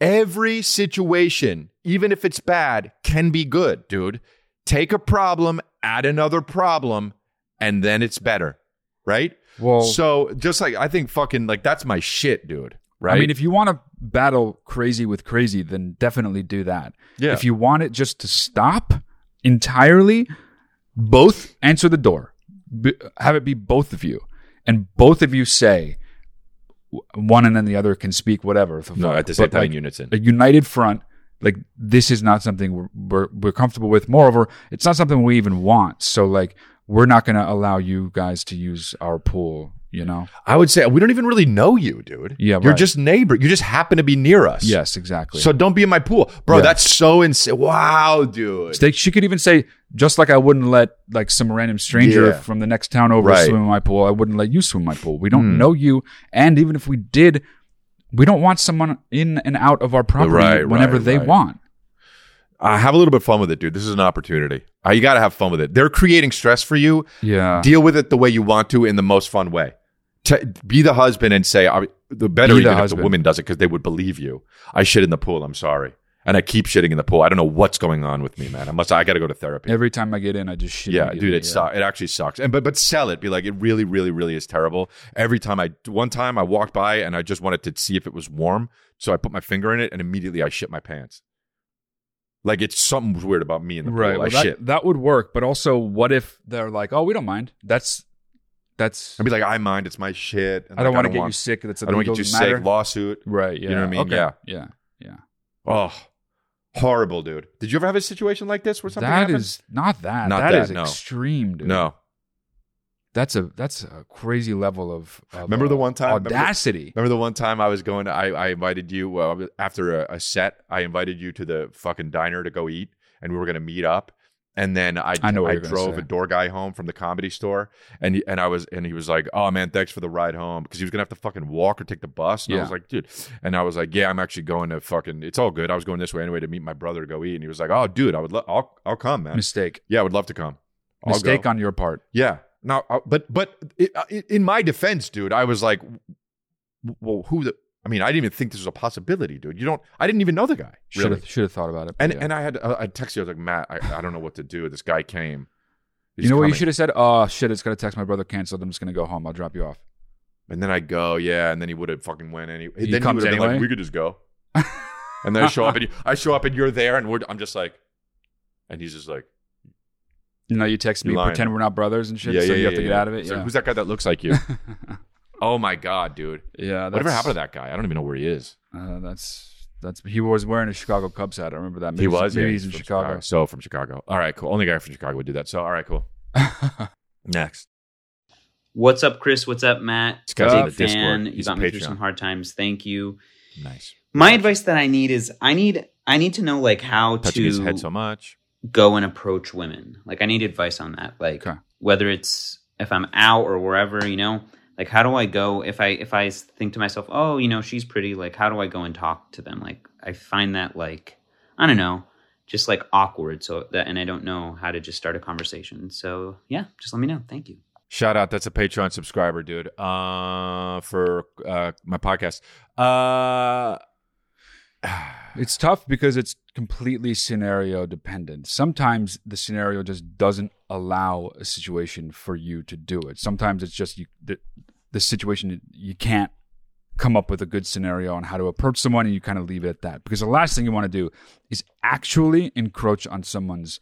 C: Every situation, even if it's bad, can be good, dude. Take a problem, add another problem, and then it's better, right?
A: well,
C: So just like I think fucking like that's my shit, dude. Right?
A: I mean, if you want to battle crazy with crazy, then definitely do that.
C: Yeah.
A: If you want it just to stop entirely, both answer the door. B- have it be both of you, and both of you say w- one, and then the other can speak whatever.
C: no, at the same
A: But,
C: time,
A: like,
C: units in.
A: a united front like this is not something we're, we're, we're comfortable with moreover it's not something we even want so like we're not going to allow you guys to use our pool you know
C: I would say we don't even really know you, dude.
A: Yeah,
C: you're
A: right.
C: just neighbor. You just happen to be near us.
A: yes exactly
C: So don't be in my pool, bro.
A: Yeah.
C: That's so insane. Wow, dude.
A: They- she could even say, just like I wouldn't let like some random stranger
C: Yeah.
A: from the next town over
C: Right.
A: swim in my pool, I wouldn't let you swim in my pool. We don't
C: Hmm.
A: know you, and even if we did, we don't want someone in and out of our property
C: Right,
A: whenever
C: right,
A: they
C: right.
A: want.
C: Uh, have a little bit of fun with it, dude. This is an opportunity. Uh, you got to have fun with it. They're creating stress for you.
A: Yeah,
C: Deal with it the way you want to in the most fun way. T- be the husband and say, I, the better
A: Be the
C: even if the
A: husband.
C: woman does it because they would believe you. I shit in the pool. I'm sorry. And I keep shitting in the pool. I don't know what's going on with me, man. Unless I got to go to therapy.
A: every time I get in, I just shit.
C: yeah,
A: immediately.
C: dude, it sucks. It actually sucks. And but but sell it. Be like, it really, really, really is terrible. Every time I one time I walked by and I just wanted to see if it was warm, so I put my finger in it and immediately I shit my pants. Like it's something weird about me in the
A: Right,
C: pool.
A: well,
C: I
A: that,
C: shit.
A: that would work, but also, what if they're like, "Oh, we don't mind." That's that's.
C: I'd be like, I mind. It's my shit. And
A: I don't
C: like,
A: want to get you sick. That's a
C: I don't want to
A: legal
C: get you
A: matter.
C: sick. Lawsuit.
A: Right. Yeah.
C: You know what I mean?
A: Okay.
C: Yeah.
A: Yeah.
C: Oh, horrible, dude. Did you ever have a situation like this where
A: That is
C: something happened?
A: not that.
C: Not that,
A: that is
C: no.
A: extreme, dude.
C: no.
A: That's a that's a crazy level of, of,
C: Remember the
A: uh,
C: one time- remember the-
A: audacity.
C: Remember the one time I was going to, I, I invited you uh, after a, a set, I invited you to the fucking diner to go eat and we were going to meet up. And then I,
A: I know what
C: I
A: you're gonna
C: drove
A: say.
C: a door guy home from the comedy store and he- and I was and he was like, "Oh man, thanks for the ride home" because he was going to have to fucking walk or take the bus. And I
A: Yeah.
C: was like, "Dude." And I was like, "Yeah, I'm actually going to fucking it's all good. I was going this way anyway to meet my brother to go eat." And he was like, "Oh, dude, I would lo- I'll I'll come, man.
A: Mistake.
C: yeah, I would love to come." I'll go."
A: Mistake on your part.
C: Yeah. No, I- but but it, uh, it, in my defense, dude, I was like, w- well, who the? I mean, I didn't even think this was a possibility, dude. You don't. I didn't even know the guy.
A: Should have
C: Really.
A: should have thought about it. but
C: And
A: yeah.
C: and I had uh, I texted you. I was like, Matt, I, I don't know what to do. This guy came. He's
A: you know what you
C: coming.
A: should have said? Oh shit! It's gonna text my brother canceled. I'm just gonna go home. I'll drop you off.
C: And then I go, yeah. And then he would have fucking went any. Then he would have
A: comes
C: been like,
A: anyway?
C: we could just go. and then I show up and you, I show up and you're there and we're, I'm just like, and he's just like,
A: You know, you text
C: You're
A: me,
C: lying.
A: pretend we're not brothers and shit.
C: yeah,
A: so
C: yeah,
A: you
C: yeah,
A: have to
C: yeah,
A: get
C: yeah.
A: out of it.
C: It's like,
A: yeah.
C: who's that guy that looks like you? oh my god, dude.
A: yeah. That's,
C: Whatever happened to that guy? I don't even know where he is.
A: Uh, that's that's he was wearing a Chicago Cubs hat. I remember that. Maybe
C: he
A: he's-
C: was.
A: Maybe
C: yeah,
A: he's in
C: from
A: Chicago.
C: So from Chicago. All right, cool. Only guy from Chicago would do that. So all right, cool. Next,
H: What's up, Chris? What's up, Matt?
C: This guy's on
H: Big
C: the Discord.
H: fan. You
C: He's
H: got
C: a
H: me through
C: Patreon.
H: some hard times. Thank you.
C: nice.
H: My advice that I need is I need I need to know like how
C: Touching
H: to
C: his head so much.
H: go and approach women. Like I need advice on that. Like
A: Okay.
H: whether it's if I'm out or wherever, you know, like how do I go if I if I think to myself, "Oh, you know, she's pretty." Like how do I go and talk to them? Like I find that like I don't know, just like awkward so that and I don't know how to just start a conversation. So, yeah, just let me know. Thank you.
C: Shout out. That's a Patreon subscriber, dude. Uh, for uh my podcast. Uh,
A: It's tough because it's completely scenario dependent. Sometimes the scenario just doesn't allow a situation for you to do it. Sometimes it's just you the, the situation you can't come up with a good scenario on how to approach someone and you kind of leave it at that. Because the last thing you want to do is actually encroach on someone's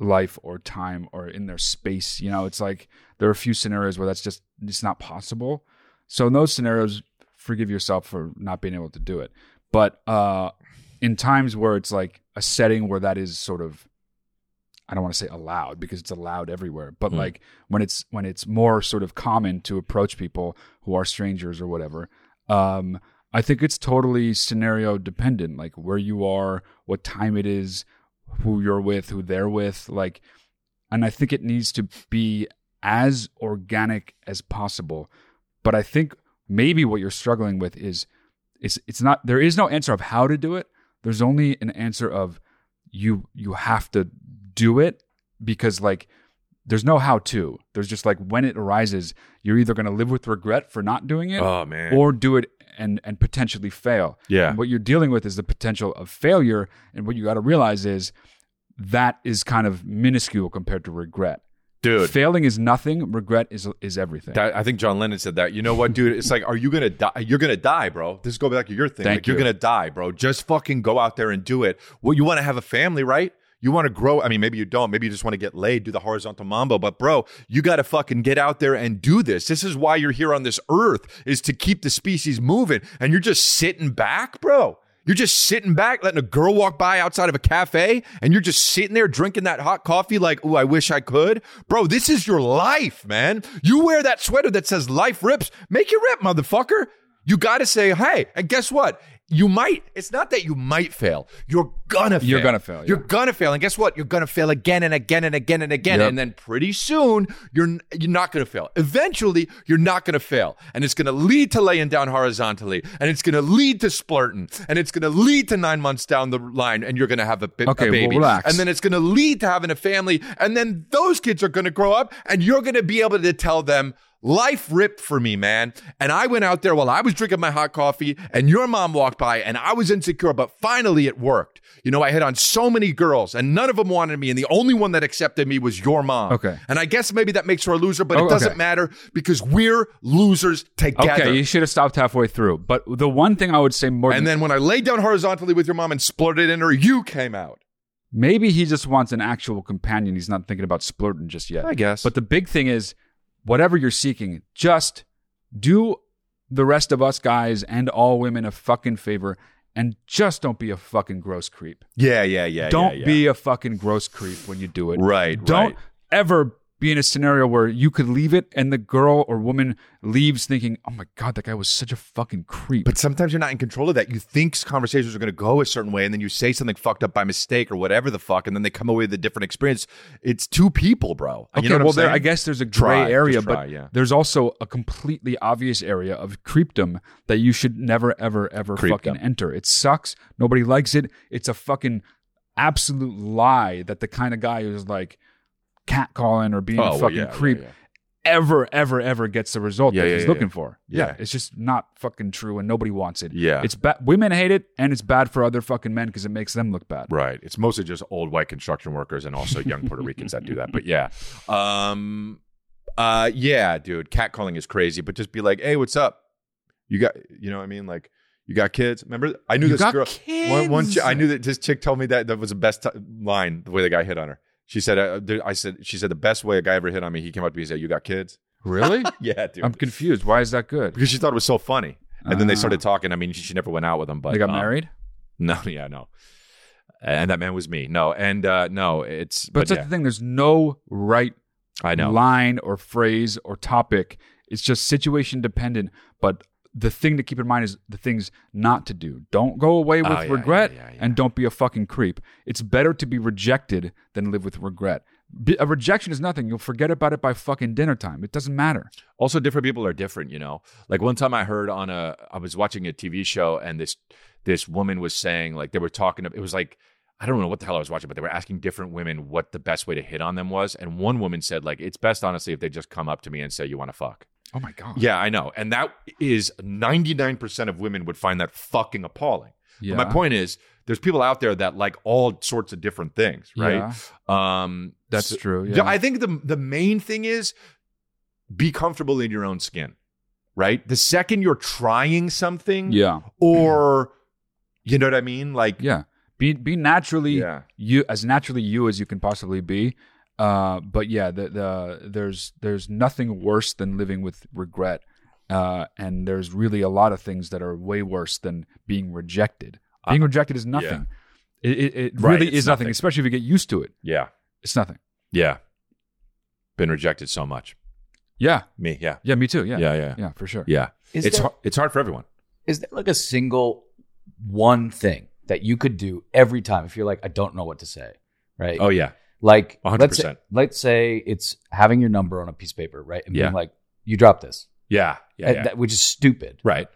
A: life or time or in their space. You know, it's like there are a few scenarios where that's just it's not possible. So in those scenarios, forgive yourself for not being able to do it. But uh, in times where it's like a setting where that is sort of, I don't want to say allowed because it's allowed everywhere, but
C: Hmm.
A: like when it's when it's more sort of common to approach people who are strangers or whatever. Um, I think it's totally scenario dependent, like where you are, what time it is, who you're with, who they're with, like, and I think it needs to be as organic as possible. But I think maybe what you're struggling with is it's it's not there is no answer of how to do it. There's only an answer of you you have to do it because like there's no how to. There's just like when it arises, you're either going to live with regret for not doing it
C: oh man.
A: or do it and and potentially fail.
C: yeah.
A: And what you're dealing with is the potential of failure. And what you got to realize is that is kind of minuscule compared to regret.
C: dude.
A: Failing is nothing. Regret is is everything.
C: That, I think John Lennon said that. You know what, dude? It's like, are you gonna die? You're gonna die, bro. This is go back to your thing.
A: Thank
C: like, you. are
A: you.
C: gonna die, bro. Just fucking go out there and do it. Well, you want to have a family, right? You want to grow. I mean, maybe you don't. Maybe you just want to get laid, do the horizontal mambo. But bro, you got to fucking get out there and do this. This is why you're here on this earth is to keep the species moving. And you're just sitting back, bro. You're just sitting back, letting a girl walk by outside of a cafe, and you're just sitting there drinking that hot coffee, like, ooh, I wish I could. Bro, this is your life, man. You wear that sweater that says life rips. Make it rip, motherfucker. You got to say, hey, and guess what? You might, it's not that you might fail. You're gonna fail.
A: You're gonna fail, yeah.
C: You're gonna fail. And guess what? You're gonna fail again and again and again and again.
A: Yep.
C: And then pretty soon, you're, n- you're not gonna fail. Eventually, you're not gonna fail. And it's gonna lead to laying down horizontally. And it's gonna lead to splurting. And it's gonna lead to nine months down the line. And you're gonna have a, bi- a
A: Okay, well,
C: baby.
A: relax.
C: And then it's gonna lead to having a family. And then those kids are gonna grow up. And you're gonna be able to tell them, Life ripped for me, man. And I went out there while I was drinking my hot coffee, and your mom walked by, and I was insecure, but finally it worked. You know, I hit on so many girls, and none of them wanted me, and the only one that accepted me was your mom.
A: Okay.
C: And I guess maybe that makes her a loser, but
A: Oh,
C: it doesn't
A: okay.
C: matter because we're losers together.
A: Okay, you should have stopped halfway through. But the one thing I would say more
C: and
A: than
C: then when I laid down horizontally with your mom and splurted in her, you came out.
A: Maybe he just wants an actual companion. He's not thinking about splurting just yet.
C: I guess.
A: But the big thing is, whatever you're seeking, just do the rest of us guys and all women a fucking favor and just don't be a fucking gross creep.
C: Yeah, yeah, yeah.
A: don't
C: yeah, yeah.
A: be a fucking gross creep when you do it.
C: Right,
A: Don't
C: right.
A: ever be in a scenario where you could leave it and the girl or woman leaves thinking, oh my God, that guy was such a fucking creep.
C: But sometimes you're not in control of that. You think conversations are going to go a certain way, and then you say something fucked up by mistake or whatever the fuck, and then they come away with a different experience. It's two people, bro.
A: Okay,
C: You know what I'm
A: well, there,
C: saying?
A: I guess there's a
C: Try,
A: gray
C: just
A: area,
C: try,
A: but
C: yeah.
A: there's also a completely obvious area of creepdom that you should never, ever, ever
C: Creepdom.
A: fucking enter. It sucks. Nobody likes it. It's a fucking absolute lie that the kind of guy who's like catcalling or being
C: Oh,
A: a
C: well,
A: fucking
C: yeah, yeah,
A: creep
C: yeah.
A: ever, ever, ever gets the result
C: Yeah,
A: that
C: yeah,
A: he's
C: yeah,
A: looking
C: yeah.
A: for.
C: Yeah.
A: it's just not fucking true, and nobody wants it.
C: Yeah.
A: it's bad. Women hate it, and it's bad for other fucking men because it makes them look bad.
C: Right. It's mostly just old white construction workers and also young Puerto Ricans that do that. But yeah. Um uh yeah, dude. Catcalling is crazy, but just be like, "Hey, what's up? You got you know what I mean? Like you got kids. Remember I knew
A: You
C: this
A: got
C: girl One, one
A: kids.
C: chi- I knew that this chick told me that that was the best t- line the way the guy hit on her. She said uh, dude, I said she said the best way a guy ever hit on me, he came up to me and said, "You got kids?"
A: Really?
C: Yeah, dude.
A: I'm confused. Why is that good?
C: because she thought it was so funny. And then they
A: Ah.
C: started talking. I mean, she, she never went out with him, but
A: they got
C: um,
A: married.
C: No, yeah, no. And that man was me. No, and uh no, it's
A: But,
C: but,
A: that's
C: yeah,
A: the thing. There's no right
C: I know.
A: line or phrase or topic. It's just situation dependent. But the thing to keep in mind is the things not to do. Don't go away with
C: Oh, yeah,
A: regret
C: yeah, yeah, yeah.
A: and don't be a fucking creep. It's better to be rejected than live with regret. Be- A rejection is nothing. You'll forget about it by fucking dinner time. It doesn't matter.
C: Also, different people are different, you know. Like one time, I heard on a, I was watching a TV show, and this this woman was saying like they were talking. It was like I don't know what the hell I was watching, but they were asking different women what the best way to hit on them was, and one woman said like it's best honestly if they just come up to me and say you want to fuck.
A: Oh my god.
C: Yeah, I know, and that is ninety nine percent of women would find that fucking appalling.
A: Yeah.
C: But my point is, there's people out there that like all sorts of different things, right? Um,
A: That's
C: so-
A: true,
C: Yeah,
A: yeah.
C: I think the the main thing is be comfortable in your own skin, right? The second you're trying something,
A: Yeah.
C: or you know what I mean, like
A: Yeah. Be be naturally
C: Yeah.
A: you as naturally you as you can possibly be. Uh, but yeah, the, the there's there's nothing worse than living with regret. Uh, and there's really a lot of things that are way worse than being rejected. Being rejected is nothing. It, it, it
C: Uh, Right,
A: really
C: it's
A: is nothing,
C: nothing.
A: especially if you get used to it.
C: yeah,
A: It's nothing.
C: yeah. Been rejected so much.
A: Yeah.
C: Me, yeah,
A: Yeah. Me too. Yeah.
C: Yeah, yeah.
A: Yeah. For sure.
C: yeah.
I: Is
C: it's
I: there-
C: har- it's hard for everyone.
I: Is there like a single one thing that you could do every time if you're like, I don't know what to say, right?
C: Oh yeah,
I: Like,
C: 100%.
I: let's say, let's say it's having your number on a piece of paper, right? And
C: Yeah.
I: being like, you drop this,
C: yeah, yeah,
I: And
C: yeah.
I: that- which is stupid,
C: right.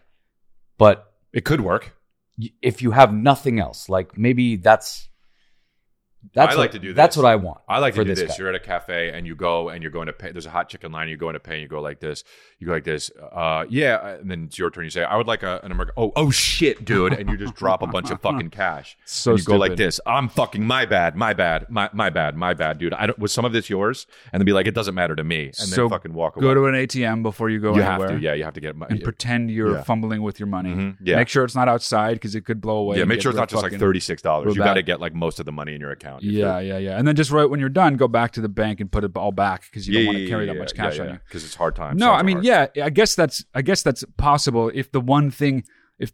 I: but
C: It could work.
I: y- if you have nothing else, like maybe that's that's
C: I
I: what,
C: like to do
I: That's
C: this.
I: what I want.
C: I like to
I: for
C: do this.
I: guy.
C: You're at a cafe and you go and you're going to pay. There's a hot chicken line. You go into pay and you go like this. You go like this. Uh, yeah. And then it's your turn. You say, I would like a, an American. Oh, oh shit, dude. And you just drop a bunch of fucking cash.
A: So
C: And you go like
A: stupid.
C: this. I'm fucking my bad, my bad, my my bad, my bad, dude. I don't, was some of this yours? And then be like, it doesn't matter to me. And
A: so
C: then fucking walk away.
A: Go to an ATM before you go
C: you have
A: anywhere.
C: to. Yeah, you have to get. My,
A: And pretend you're
C: Yeah.
A: fumbling with your money.
C: Mhm. Yeah.
A: Make sure it's not outside because it could blow away.
C: yeah,
A: and
C: make
A: get
C: sure it's
A: real
C: not just like
A: fucking-
C: thirty six dollars. You
A: real
C: got to
A: bad.
C: get like most of the money in your account. If
A: Yeah,
C: you're-
A: yeah, yeah. And then just right when you're done, go back to the bank and put it all back because you don't want to carry that much cash on you.
C: because it's hard times.
A: No,
C: Times
A: I
C: are
A: mean,
C: hard.
A: yeah, I guess that's I guess that's possible if the one thing if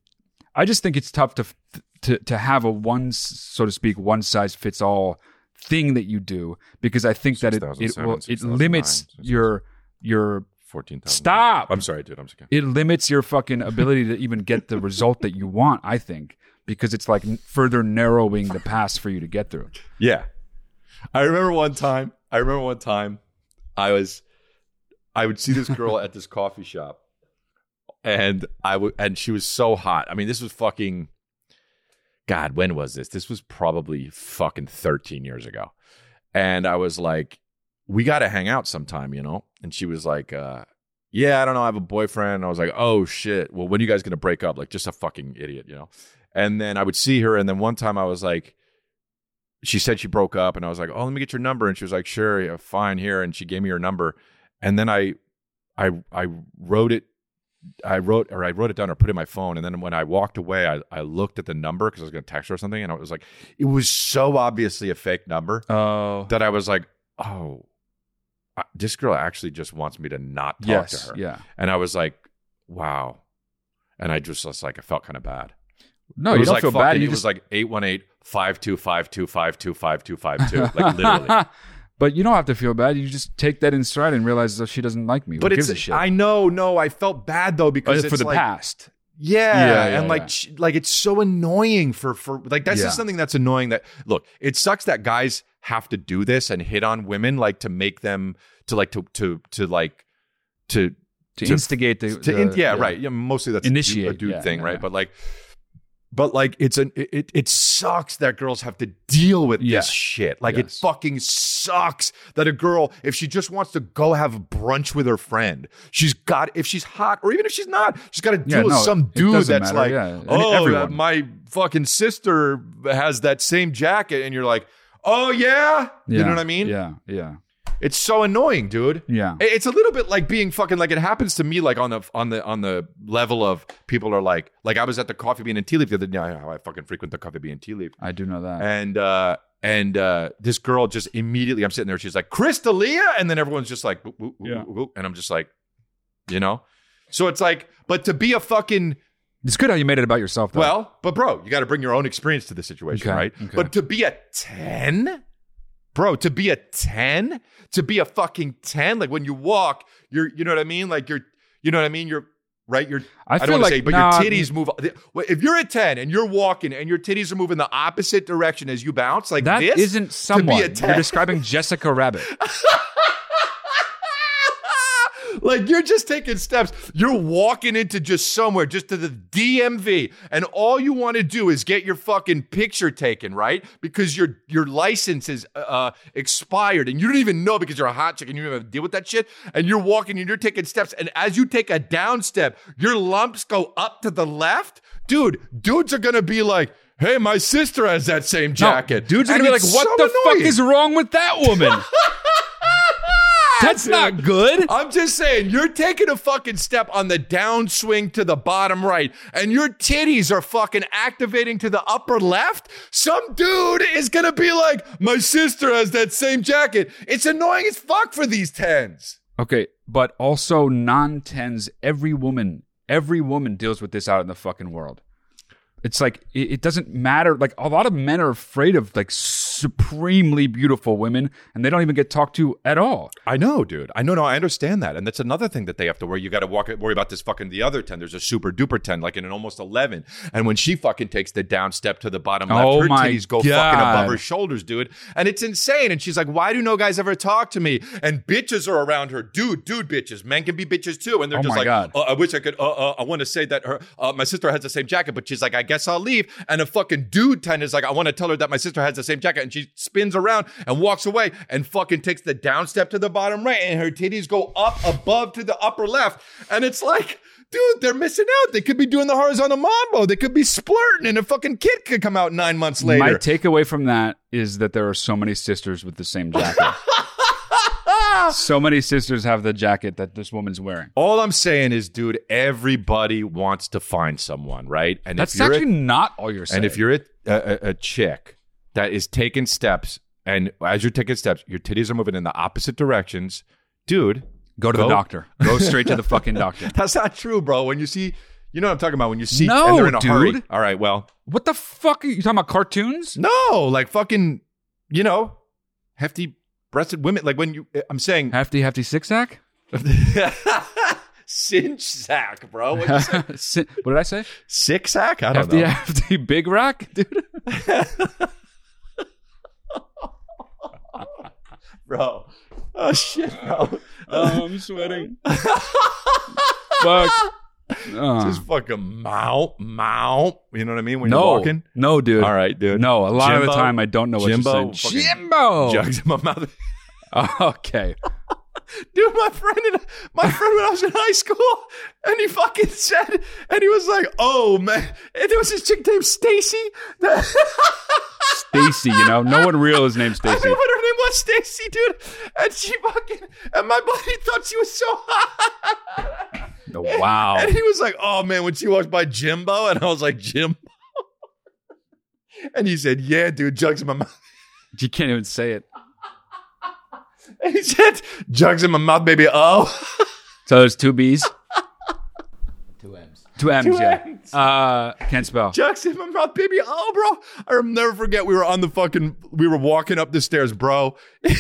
A: I just think it's tough to f- to to have a one so to speak one size fits all thing that you do because I think that it it
C: 6,007,
A: will, it
C: 6,009,
A: limits your your
C: 14,000.
A: Stop!
C: I'm sorry, dude. I'm just kidding.
A: it limits your fucking ability to even get the result that you want. I think because it's like n- further narrowing the pass for you to get through.
C: Yeah. I remember one time, I remember one time I was I would see this girl at this coffee shop and I would and she was so hot. I mean, this was fucking God, when was this? This was probably fucking 13 years ago. And I was like, we got to hang out sometime, you know? And she was like, uh yeah, I don't know. I have a boyfriend. I was like, oh shit. Well, when are you guys gonna break up? Like, just a fucking idiot, you know. And then I would see her, and then one time I was like, she said she broke up and I was like, "Oh, let me get your number." And she was like, "Sure, yeah, fine here." And she gave me her number. And then I I I wrote it I wrote or I wrote it down or put it in my phone and then when I walked away, I I looked at the number cuz I was going to text her or something and I was like, it was so obviously a fake number
A: Oh,
C: that I was like, "Oh, I- this girl actually just wants me to not talk
A: yes,
C: to her."
A: yeah.
C: And I was like, "Wow." And I just was like I felt kind of bad.
A: No,
C: it
A: you
C: was
A: don't
C: like
A: feel
C: fucking-
A: bad. You
C: it
A: just
C: was like 818 525 like literally.
A: but you don't have to feel bad. You just take that in stride and realize that she doesn't like me.
C: But
A: What
C: it's
A: gives a shit?
C: I know, no, I felt bad though
A: Uh,
C: because it's
A: for the
C: like,
A: past.
C: Yeah,
A: Yeah, yeah,
C: and like
A: yeah.
C: sh- like it's so annoying for for like that's
A: Yeah.
C: just something that's annoying that look, it sucks that guys have to do this and hit on women like to make them to like to to to like to
A: To,
C: to-
A: instigate the,
C: to in,
A: the-
C: yeah, right yeah mostly that's a dude- a
A: Initiate,
C: dude
A: yeah,
C: thing
A: yeah,
C: right
A: yeah.
C: but like but like it's an it- it it sucks that girls have to deal with
A: Yes.
C: this shit like it
A: Yes.
C: fucking sucks that a girl if she just wants to go have brunch with her friend she's got if she's hot or even if she's not she's got to deal
A: Yeah,
C: with
A: no,
C: some
A: it
C: dude
A: doesn't
C: that's
A: matter,
C: like
A: yeah. And
C: oh
A: everyone."
C: that- my fucking sister has that same jacket and you're like oh yeah, you know
A: Yeah,
C: what I mean
A: Yeah, yeah,
C: it's so annoying dude
A: yeah.
C: it- It's a little bit like being fucking like it happens to me like on the on the on the level of people are like like I was at the coffee bean and tea leaf the other day. You know How I fucking frequent the coffee bean and tea leaf
A: I do know that.
C: and uh and uh this girl just immediately I'm sitting there she's like Crystalia and then everyone's just like "Whoop, whoop, whoop,
A: Yeah.
C: whoop," and I'm just like you know so it's like but to be a fucking
A: it's good how you made it about yourself. Though.
C: well but bro you got to bring your own experience to the situation
A: Okay,
C: right
A: okay.
C: but to be a 10 bro to be a 10 to be a fucking 10 like when you walk you're you know what i mean like you're you know what i mean you're right you're
A: I
C: i,
A: feel
C: don't want to
A: like-
C: say but
A: nah,
C: your titties move if you're a 10 and you're walking and your titties are moving the opposite direction as you bounce like
A: that
C: this
A: isn't someone.
C: to be a 10
A: You're describing Jessica Rabbit.
C: like you're just taking steps. You're walking into just somewhere, just to the DMV, and all you want to do is get your fucking picture taken, right? Because your your license is uh, expired, and you don't even know because you're a hot chick and you don't even deal with that shit. And you're walking and you're taking steps, and as you take a down step, your lumps go up to the left, dude. Dudes are gonna be like. Hey, my sister has that same jacket.
A: No, dudes are
C: And
A: gonna be like,
C: it's
A: "What
C: so
A: the fuck
C: annoying."
A: is wrong with that woman? That's not good."
C: I'm just saying, you're taking a fucking step on the downswing to the bottom right, and your titties are fucking activating to the upper left. Some dude is gonna be like, my sister has that same jacket. It's annoying as fuck for these tens.
A: Okay, but also non tens. Every woman, every woman deals with this out in the fucking world. It's like it, it doesn't matter. Like a lot of men are afraid of like supremely beautiful women, and they don't even get talked to at all.
C: I know, dude. I know, no, I understand that. And that's another thing that they have to worry. You got to walk, worry about this fucking the other 10. There's a super duper 10, like in an almost 11. And when she fucking takes the down step to the bottom left,
A: Oh
C: her
A: my
C: titties go fucking
A: God.
C: above her shoulders, dude. And it's insane. And she's like, why do no guys ever talk to me? And bitches are around her. Dude, dude, bitches. Men can be bitches too. And they're
A: Oh
C: just
A: my
C: like,
A: God.
C: uh, I wish I could, uh, uh, I want to say that her, uh, my sister has the same jacket, but she's like, I guess I'll leave. And a fucking dude 10 is like, I want to tell her that my sister has the same jacket. And she spins around and walks away and fucking takes the down step to the bottom right. And her titties go up above to the upper left. And it's like, dude, they're missing out. They could be doing the horizontal mambo. They could be splurting and a fucking kid could come out nine months later.
A: My takeaway from that is that there are so many sisters with the same jacket. so many sisters have the jacket that this woman's wearing.
C: All I'm saying is, dude, everybody wants to find someone, right? And
A: That's
C: you're a-
A: actually not all you're saying.
C: And if you're a, a, a chick that is taking steps, and as you're taking steps, your titties are moving in the opposite directions, dude.
A: go to the
C: Go-
A: doctor, go straight to the fucking doctor.
C: That's not true, bro. When you see You know what I'm talking about when you see
A: No,
C: and they're in a hurry.
A: dude.
C: All right, well,
A: What the fuck are you talking about? Cartoons?
C: no, like fucking, you know, hefty breasted women. Like when you, I'm saying
A: Hefty, hefty six sack?
C: cinch sack, bro. What you say?
A: Si- what did I say?
C: Sick sack? I don't
A: Hefty,
C: know.
A: hefty big rock, dude.
C: Bro. Oh shit, bro.
A: Oh, I'm sweating. fuck. Uh,
C: Just fucking mount, mount. You know what I mean? When
A: no,
C: you're walking.
A: no, dude.
C: All right, dude.
A: No, a lot of the
C: Jimbo-
A: time I don't know what
C: Jimbo
A: you're saying.
C: fucking-
A: Jimbo.
C: Jugs in my mouth.
A: okay.
C: dude, my friend and my friend when I was in high school, and he fucking said, and he was like, "Oh man," and there was this chick named Stacy. That
A: Stacy, you know, no one real is named
C: I
A: Stacy.
C: knew what her name was, Stacy, dude. And she fucking, and my buddy thought she was so hot.
A: Wow.
C: And he was like, "Oh man," when she walked by Jimbo, and I was like, "Jimbo," and he said, "Yeah, dude, jugs in my mouth."
A: You can't even say it.
C: And he said, "Jugs in my mouth, baby." Oh,
A: So there's two B's,
I: Two M's.
A: two M's,
C: Two
A: yeah.
C: M's.
A: Uh, can't spell.
C: Jackson, in my mouth, baby. Oh, bro. I'll never forget. We were on the fucking, we were walking up the stairs, bro. he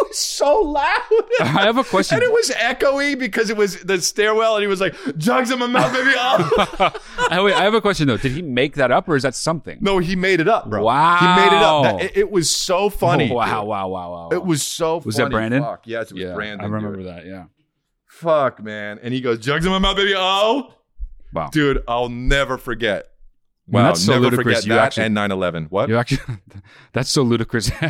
C: was so loud.
A: I have a question.
C: And it was echoey because it was the stairwell, and he was like, "Jugs in my mouth, baby." Oh.
A: Oh, wait, I have a question though. Did he make that up or is that something?
C: no, he made it up, bro.
A: Wow.
C: he made it up. That- it, it was so funny.
A: Oh, wow,
C: dude.
A: wow, wow, wow, wow.
C: It was so.
A: Was that
C: funny.
A: Brandon?
C: Fuck. Yes, it was
A: yeah,
C: Brandon.
A: I remember
C: dude.
A: that. Yeah.
C: Fuck, man. And he goes, "Jugs in my mouth, baby." Oh,
A: Wow.
C: dude, I'll never forget.
A: Well,
C: Wow,
A: that's so
C: never
A: ludicrous.
C: forget
A: You
C: that
A: actually-
C: and 9/11. What?
A: You actually, that's so ludicrous.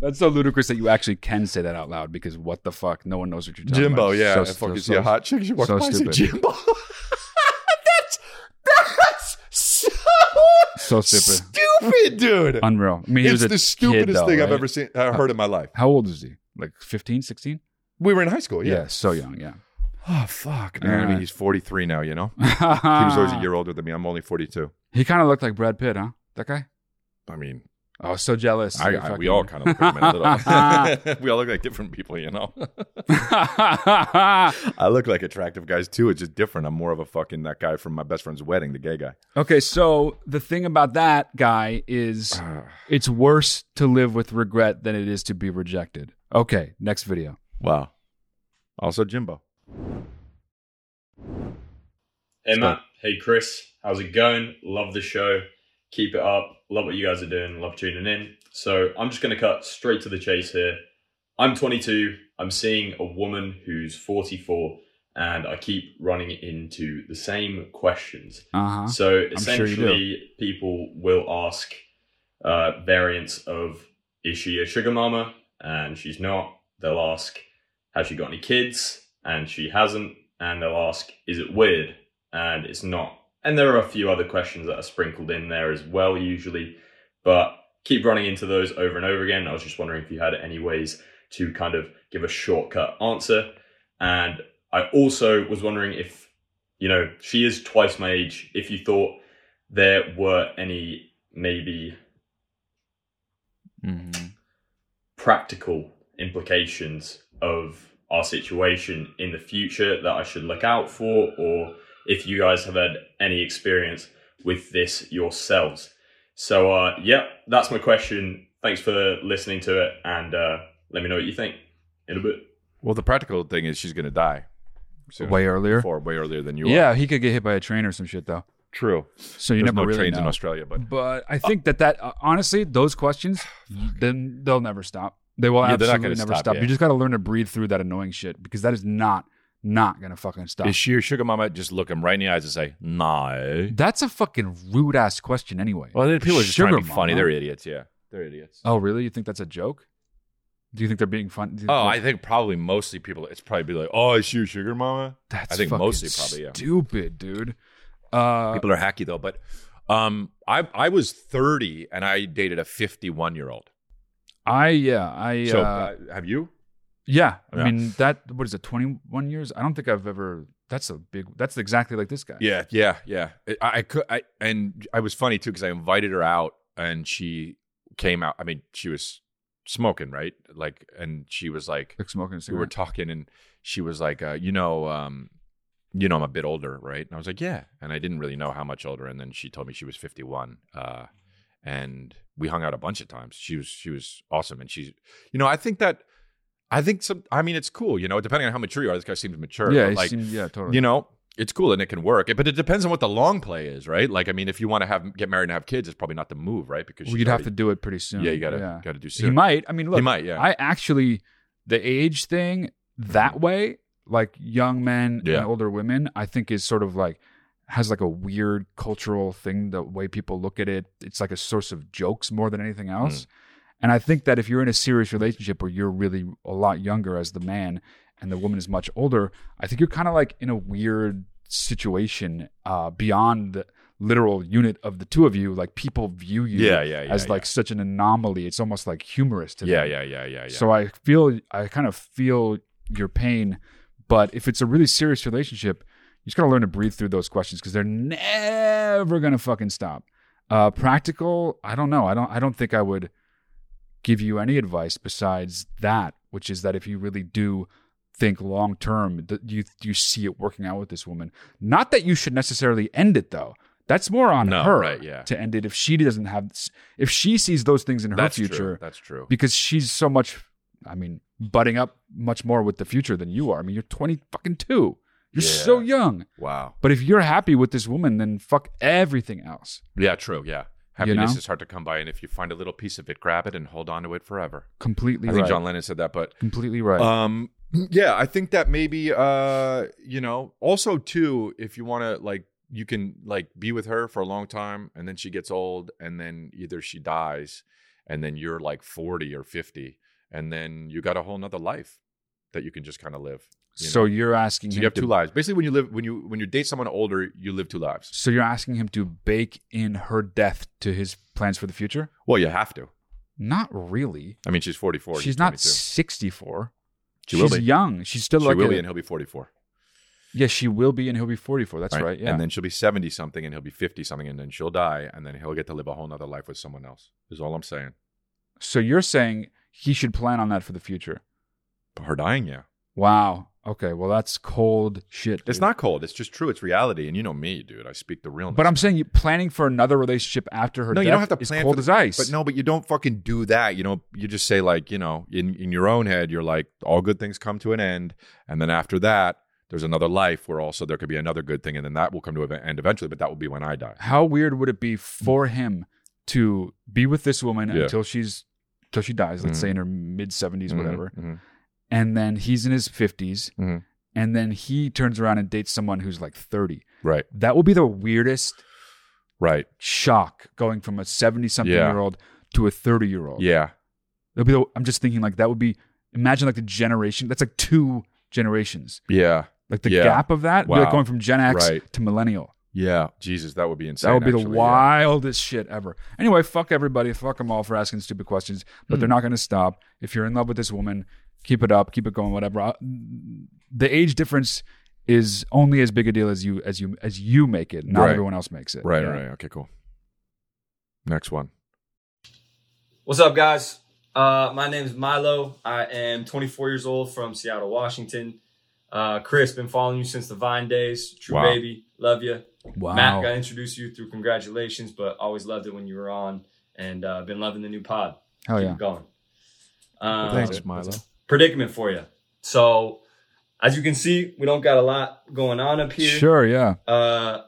A: that's so ludicrous that you actually can say that out loud because what the fuck? No one knows what you're talking
C: Jimbo,
A: about.
C: yeah.
A: So-
C: if
A: so-
C: fucking
A: so-
C: see a hot chick, she walks
A: so
C: by and say,
A: stupid.
C: Jimbo. that's that's so,
A: So stupid.
C: stupid, dude.
A: Unreal. I mean, he was
C: it's
A: a
C: the stupidest
A: kid, though,
C: thing I've
A: right?
C: ever seen, uh, heard in my life.
A: How old is he? Like 15, 16?
C: We were in high school, yeah.
A: so young, yeah.
C: Oh fuck, man. I
A: Alright.
C: mean, he's 43 now, you know.
A: he
C: he was always a year older than me. I'm only 42.
A: He kind of looked like Brad Pitt, huh? That guy?
C: I mean,
A: I was so jealous.
C: I,
A: You
C: I, we
A: fucking-
C: all kind of look like him in a little. we all look like different people, you know. I look like attractive guys too. It's just different. I'm more of a fucking that guy from my best friend's wedding, the gay guy.
A: okay, so the thing about that guy is it's worse to live with regret than it is to be rejected. Okay, next video.
C: Wow. Also, Jimbo.
J: Hey Matt, hey Chris, how's it going? Love the show. Keep it up. Love what you guys are doing. Love tuning in. So I'm just going to cut straight to the chase here. I'm 22. I'm seeing a woman who's 44, and I keep running into the same questions.
A: Uh huh.
J: So
A: sure you do.
J: essentially, people will ask uh, variants of is she a sugar mama? And she's not. They'll ask, has she got any kids? And she hasn't. And they'll ask, is it weird? And it's not. And there are a few other questions that are sprinkled in there as well, usually. But keep running into those over and over again. I was just wondering if you had any ways to kind of give a shortcut answer. And I also was wondering if you know, she is twice my age. If you thought there were any maybe practical implications of our situation in the future that I should look out for, or if you guys have had any experience with this yourselves. So, uh, yeah, that's my question. Thanks for listening to it, and uh, let me know what you think in a bit.
C: Well, the practical thing is she's going to die. soon.
A: Way earlier.
C: Far way earlier than you are.
A: Yeah, he could get hit by a train or some shit though.
C: True.
A: So you
C: There's
A: never
C: no
A: really
C: trains
A: know.
C: in Australia, but
A: But I think that that uh, honestly, those questions, then they'll never stop. They will
C: Yeah, they're not
A: absolutely
C: gonna
A: never
C: stop,
A: stop.
C: yeah.
A: You just got to learn to breathe through that annoying shit because that is not not gonna fucking stop.
C: is she your sugar mama? Just look him right in the eyes and say, no.
A: That's a fucking rude ass question anyway.
C: Well, then people are just trying to be
A: Sugar
C: funny.
A: mama?
C: They're idiots. Yeah, they're idiots.
A: Oh, really? You think that's a joke? Do you think they're being fun? do you-
C: Oh, I think probably mostly people. It's probably be like, oh, is she your sugar mama?
A: that's
C: I think
A: fucking
C: mostly probably, yeah.
A: stupid, dude. Uh,
C: People are hacky though. But um, I I was 30 and I dated a 51 year old.
A: I yeah, I
C: So
A: uh,
C: uh, have you?
A: yeah. I
C: yeah.
A: mean that. What is it? Twenty one years? I don't think I've ever. That's a big. That's exactly like this guy.
C: Yeah, yeah, yeah. I, I could, I and I was funny too because I invited her out and she came out. I mean, she was smoking, right? Like, and she was like,
A: like smoking a cigarette.
C: we were talking, and she was like, uh, you know, um, you know, I'm a bit older, right? And I was like, yeah. And I didn't really know how much older. And then she told me she was 51. Uh, and we hung out a bunch of times. She was, she was awesome. And she's, you know, I think that, I think some, I mean, it's cool, you know, depending on how mature you are, this guy seems mature.
A: yeah,
C: but,
A: he
C: like,
A: seemed- yeah, totally.
C: you know, it's cool and it can work. It- But it depends on what the long play is, right? Like, I mean, if you want to have, get married and have kids, it's probably not the move, right? Because
A: Well,
C: she's
A: you'd have to
C: already-
A: do it pretty soon.
C: yeah, you gotta, gotta do soon.
A: He might. I mean, look,
C: he might, yeah.
A: I actually the age thing that way, like young men
C: Mm-hmm. Yeah.
A: and older women, I think is sort of like has like a weird cultural thing the way people look at it. It's like a source of jokes more than anything
C: Mm.
A: else. And I think that if you're in a serious relationship where you're really a lot younger as the man and the woman is much older, I think you're kind of like in a weird situation uh, beyond the literal unit of the two of you. Like people view you
C: Yeah, yeah, yeah,
A: as like such an anomaly. It's almost like humorous to
C: yeah,
A: them.
C: yeah, yeah, yeah, yeah.
A: So I feel I kind of feel your pain, but if it's a really serious relationship, you just gotta learn to breathe through those questions because they're never gonna fucking stop. Uh, practical, I don't know. I don't. I don't think I would give you any advice besides that, which is that if you really do think long term, that you you see it working out with this woman. Not that you should necessarily end it though. That's more on
C: No,
A: her
C: right, yeah.
A: to end it if she doesn't have if she sees those things in her
C: that's
A: future
C: true. That's true.
A: because she's so much i mean butting up much more with the future than you are i mean you're 20 fucking 2 you're
C: Yeah.
A: so young
C: Wow.
A: but if you're happy with this woman then fuck everything else
C: Yeah, true. Yeah.
A: You know?
C: Happiness is hard to come by, and if you find a little piece of it, grab it and hold on to it forever.
A: completely
C: I think
A: right
C: John Lennon said that, but
A: completely right
C: um, yeah, I think that maybe uh, you know, also too, if you want to like, you can like be with her for a long time, and then she gets old, and then either she dies, and then you're like forty or fifty, and then you got a whole nother life that you can just kind of live. you
A: so
C: know?
A: you're asking
C: So
A: him
C: you have
A: to,
C: two lives. Basically, when you live when you when you date someone older, you live two lives.
A: so you're asking him to bake in her death to his plans for the future
C: Well, you have to.
A: not really
C: I mean, she's forty four.
A: she's not 64
C: She
A: she's
C: will be.
A: young she's still
C: She
A: like
C: will
A: a-
C: be, and he'll be forty four.
A: yeah she will be and he'll be 44 that's right, yeah
C: And then she'll be 70 something and he'll be 50 something and then she'll die and then he'll get to live a whole nother life with someone else, is all I'm saying.
A: so you're saying he should plan on that for the future
C: But her dying, yeah.
A: Wow. Okay. Well, that's cold shit.
C: It's
A: dude.
C: not cold. It's just true. It's reality. And you know me, dude. I speak the realness.
A: But I'm saying you planning for another relationship after her.
C: no,
A: death
C: you don't have to
A: is
C: plan
A: cold
C: for
A: as
C: the-
A: ice.
C: But no, but you don't fucking do that. You know, you just say like, you know, in, in your own head, you're like, all good things come to an end. And then after that, there's another life where also there could be another good thing. And then that will come to an end eventually, but that will be when I die.
A: How weird would it be for him to be with this woman
C: Yeah.
A: until she's until she dies? Let's
C: Mhm.
A: say in her mid 70s,
C: Mhm,
A: whatever.
C: mhm.
A: And then he's in his 50s,
C: Mhm.
A: and then he turns around and dates someone who's like 30.
C: Right,
A: That will be the weirdest
C: right.
A: shock going from a 70 something
C: Yeah.
A: year old to a 30 year old.
C: Yeah.
A: That'll be the, I'm just thinking like that would be imagine like the generation that's like two generations.
C: Yeah.
A: Like the
C: Yeah.
A: gap of that, would be like
C: Wow.
A: going from Gen X
C: Right.
A: to millennial.
C: Yeah. Jesus, that would be insane.
A: That would be the
C: actually, yeah.
A: wildest shit ever. Anyway, fuck everybody. Fuck them all for asking stupid questions, but they're not going to stop. If you're in love with this woman, keep it up, keep it going, whatever. I- The age difference is only as big a deal as you as you as you make it. Not
C: Right.
A: everyone else makes it.
C: Right,
A: Yeah.
C: right. Okay, cool. Next one.
K: What's up, guys? Uh, my name is Milo. I am 24 years old from Seattle, Washington. Uh, Chris, been following you since the Vine days. True
C: Wow.
K: baby, love you.
A: Wow.
K: Matt, got introduced to you through congratulations, but always loved it when you were on, and uh, been loving the new pod.
A: Hell
K: Keep
A: yeah.
K: it going. Um,
C: Thanks, Milo.
K: Predicament for you. So, as you can see, we don't got a lot going on up here.
A: Sure. Yeah.
K: Uh,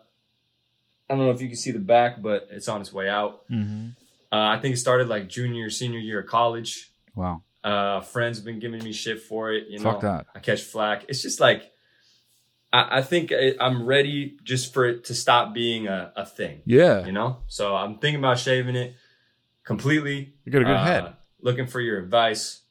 K: I don't know if you can see the back, but it's on its way out.
A: Mm-hmm.
K: Uh, I think it started like junior, senior year of college.
A: Wow.
K: Uh, friends have been giving me shit for it. You know,
A: Fuck that.
K: I catch flack. It's just like I, I think I, I'm ready just for it to stop being a, a thing.
A: Yeah.
K: You know, so I'm thinking about shaving it completely.
C: You got a good
K: Uh,
C: head.
K: Looking for your advice.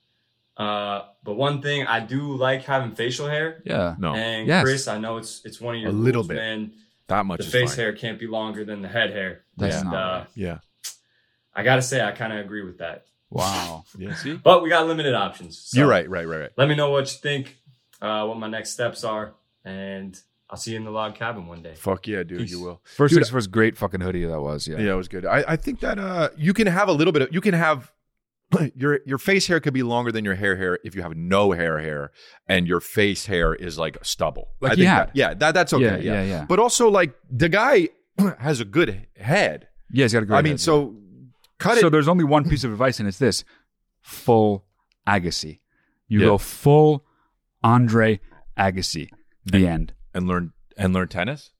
K: Uh, but one thing I do like having facial hair.
A: Yeah.
C: No,
K: And
A: Yes.
K: Chris, I know it's it's one of your
C: A little
K: rules,
C: bit.
K: man.
C: that much
K: The
C: is
K: face
C: fine.
K: hair can't be longer than the head hair.
A: That's
K: and
A: not
K: uh,
A: right.
C: Yeah.
K: I gotta say, I kind of agree with that.
A: Wow.
C: Yeah. See,
K: But we got limited options. so-
C: you're right. Right. Right. Right.
K: Let me know what you think, uh, what my next steps are, and I'll see you in the log cabin one day.
C: Fuck yeah, dude.
K: Peace.
C: You will.
A: First
C: Dude,
A: things first, great fucking hoodie that was. Yeah.
C: Yeah. it was good. I, I think that uh, you can have a little bit of you can have your your face hair could be longer than your hair hair if you have no hair hair and your face hair is like stubble.
A: Like
C: I
A: he
C: think
A: had.
C: that- yeah, that that's okay.
A: Yeah,
C: Yeah,
A: yeah, yeah.
C: But also like the guy has a good head.
A: Yeah, he's got a great.
C: I mean,
A: idea.
C: so cut
A: so
C: it.
A: there's only one piece of advice, and it's this: full Agassi. You
C: Yeah.
A: go full Andre Agassi. The end.
C: and learn and learn tennis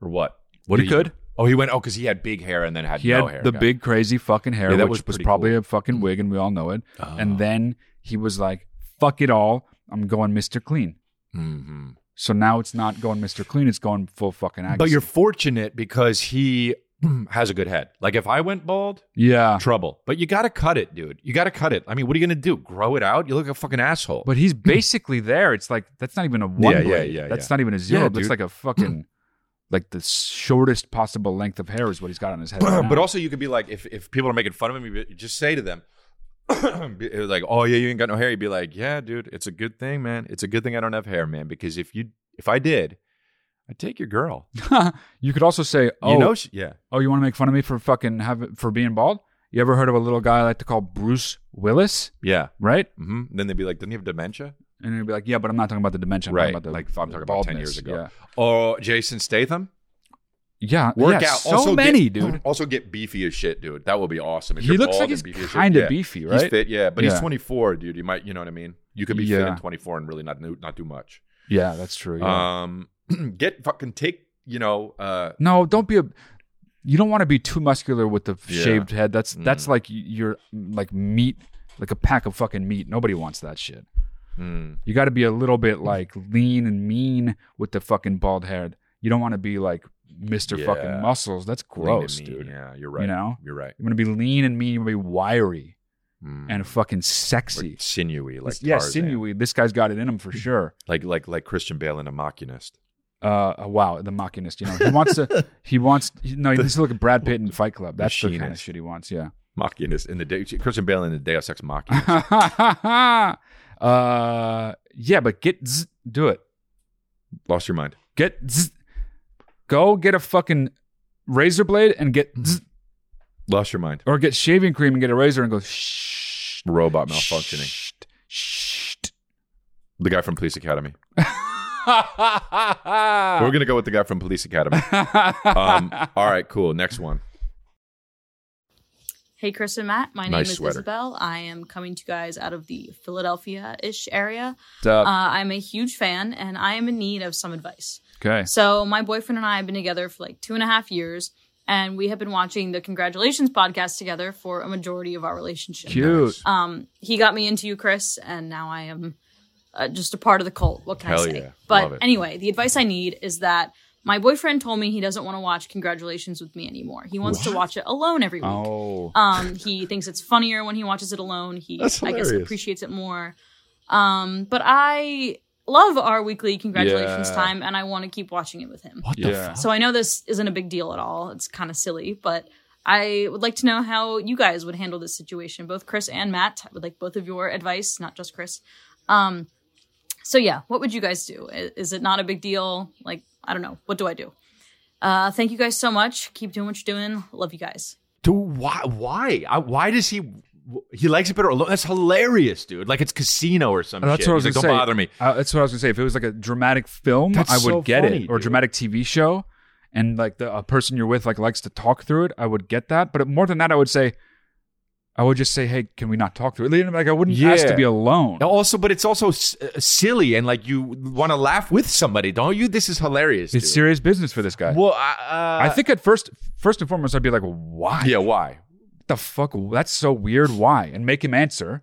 C: or what? What
A: He
C: did
A: could.
C: do? Oh, he went. Oh, because he had big hair and then had
A: He
C: no
A: had
C: hair.
A: the
C: Got it.
A: big crazy fucking hair,
C: Yeah, that
A: which
C: was
A: was
C: pretty
A: probably
C: cool.
A: a fucking wig, and we all know it.
C: Oh.
A: And then he was like, "Fuck it all, I'm going Mr. Clean."
C: Mhm.
A: So now it's not going Mr. Clean; it's going full fucking Agassi.
C: But you're fortunate because he has a good head. Like if I went bald,
A: yeah,
C: trouble. But you got to cut it, dude. You got to cut it. I mean, what are you going to do? Grow it out? You look like a fucking asshole.
A: but he's basically there. It's like that's not even a one.
C: Yeah, yeah,
A: blade.
C: yeah,
A: That's
C: yeah.
A: not even a zero.
C: Yeah,
A: but it's
C: dude.
A: like a fucking like the shortest possible length of hair is what he's got on his head. right now.
C: but also you could be like, if, if people are making fun of him, you just say to them, be- it was like, oh yeah, you ain't got no hair. You'd be like, yeah, dude, it's a good thing, man. It's a good thing I don't have hair, man. Because if you, if I did, I'd take your girl. Mm-hmm.
A: you could also say, "Oh,
C: you know, she, yeah.
A: oh, you want to make fun of me for fucking have for being bald?" You ever heard of a little guy I like to call Bruce Willis,
C: Yeah.
A: right?
C: hmm Then they'd be like, doesn't he have dementia?
A: And he'd be like, "Yeah, but I'm not talking about the dimension. I'm
C: right.
A: talking about the,
C: like I'm talking about 10 years
A: baldness."
C: ago. Or Oh, Jason Statham?
A: Yeah, yeah.
C: Work
A: yeah,
C: out.
A: So
C: also
A: many,
C: get,
A: dude.
C: Also get beefy as shit, dude. That would be awesome. If
A: He
C: you're
A: looks like
C: bald and
A: he's
C: beefy as shit.
A: kind of
C: Yeah.
A: beefy, right?
C: He's fit, yeah, but
A: Yeah.
C: he's 24, dude. You might, you know what I mean. You could be fit
A: Yeah.
C: in 24 and really not do- not do much.
A: Yeah, that's true. yeah.
C: Um, get fucking take, you know, uh,
A: No, don't be a. You don't want to be too muscular with the
C: Yeah.
A: shaved head. That's that's
C: Mm.
A: like you're like meat, like a pack of fucking meat. Nobody wants that shit.
C: mm,
A: You got to be a little bit like lean and mean with the fucking bald head. You don't want to be like Mister
C: Yeah.
A: fucking muscles. That's
C: lean
A: gross,
C: and mean.
A: dude.
C: Yeah, you're right.
A: You know?
C: you're right.
A: You want to be lean and mean. You want to be wiry
C: Mm.
A: and fucking
C: Or
A: sexy.
C: sinewy, like
A: yeah,
C: Tarzan.
A: sinewy. This guy's got it in him for sure.
C: like like like Christian Bale in a Machinist.
A: Uh, uh, wow, the mockinist. You know, he wants to. He wants. He, no, he needs to look at Brad Pitt in Fight Club. That's the kind of
C: Machinist.
A: shit he wants. Yeah.
C: Machinist in the day, Christian Bale in the Deus Ex Machina.
A: uh, yeah, but get zzz, do it.
C: Lost your mind.
A: Get zzz. go get a fucking razor blade and get zzz,
C: Mm-hmm. Lost your mind.
A: or get shaving cream and get a razor and go shh
C: Robot malfunctioning.
A: Ah, shh, shh.
C: The guy from Police Academy.
A: Ah.
C: We're gonna go with the guy from Police Academy. Um, all right, cool. Next one.
L: Hey, Chris and Matt. My
C: Nice
L: name is
C: sweater.
L: Isabel. I am coming to you guys out of the Philadelphia ish area. Uh, I'm a huge fan and I am in need of some advice.
A: okay.
L: So, my boyfriend and I have been together for like two and a half years, and we have been watching the Congratulations podcast together for a majority of our relationship.
A: Cute.
L: Um, he got me into you, Chris, and now I am uh, just a part of the cult. What can
C: Hell
L: I say?
C: yeah. Love
L: But
C: it.
L: anyway, the advice I need is that my boyfriend told me he doesn't want to watch Congratulations with me anymore. He wants to watch it alone every week.
A: Oh.
L: Um, he thinks it's funnier when he watches it alone. He,
C: That's
L: I guess,
C: hilarious.
L: appreciates it more. Um, but I love our weekly congratulations
C: Yeah.
L: time, and I want to keep watching it with him.
A: yeah.
L: So I know this isn't a big deal at all. It's kind of silly, but I would like to know how you guys would handle this situation. Both Chris and Matt I would like both of your advice, not just Chris. Um, so yeah, what would you guys do? I- Is it not a big deal? Like I don't know. What do I do? Uh, thank you guys so much. Keep doing what you're doing. Love you guys.
C: Dude, why? Why? I, why does he? He likes it better alone. That's hilarious, dude. Like it's casino or some
A: And that's
C: shit.
A: what I was
C: He's
A: gonna
C: like,
A: say.
C: Don't bother me.
A: Uh, that's what I was gonna say. If it was like a dramatic film,
C: That's
A: I would
C: so
A: get
C: funny,
A: it, or a
C: dude.
A: dramatic TV show, and like the a person you're with like likes to talk through it. I would get that, but more than that, I would say, I would just say, "Hey, can we not talk through it?" You know, Like I wouldn't ask to
C: Yeah.
A: be alone.
C: And Also, but it's also s- uh, silly and like you want to laugh with somebody, don't you? This is hilarious.
A: It's
C: dude.
A: serious business for this guy.
C: Well, I, uh,
A: I think at first, first and foremost, I'd be like, "Why?
C: Yeah. Why?
A: What the fuck? That's so weird. Why?" And make him answer.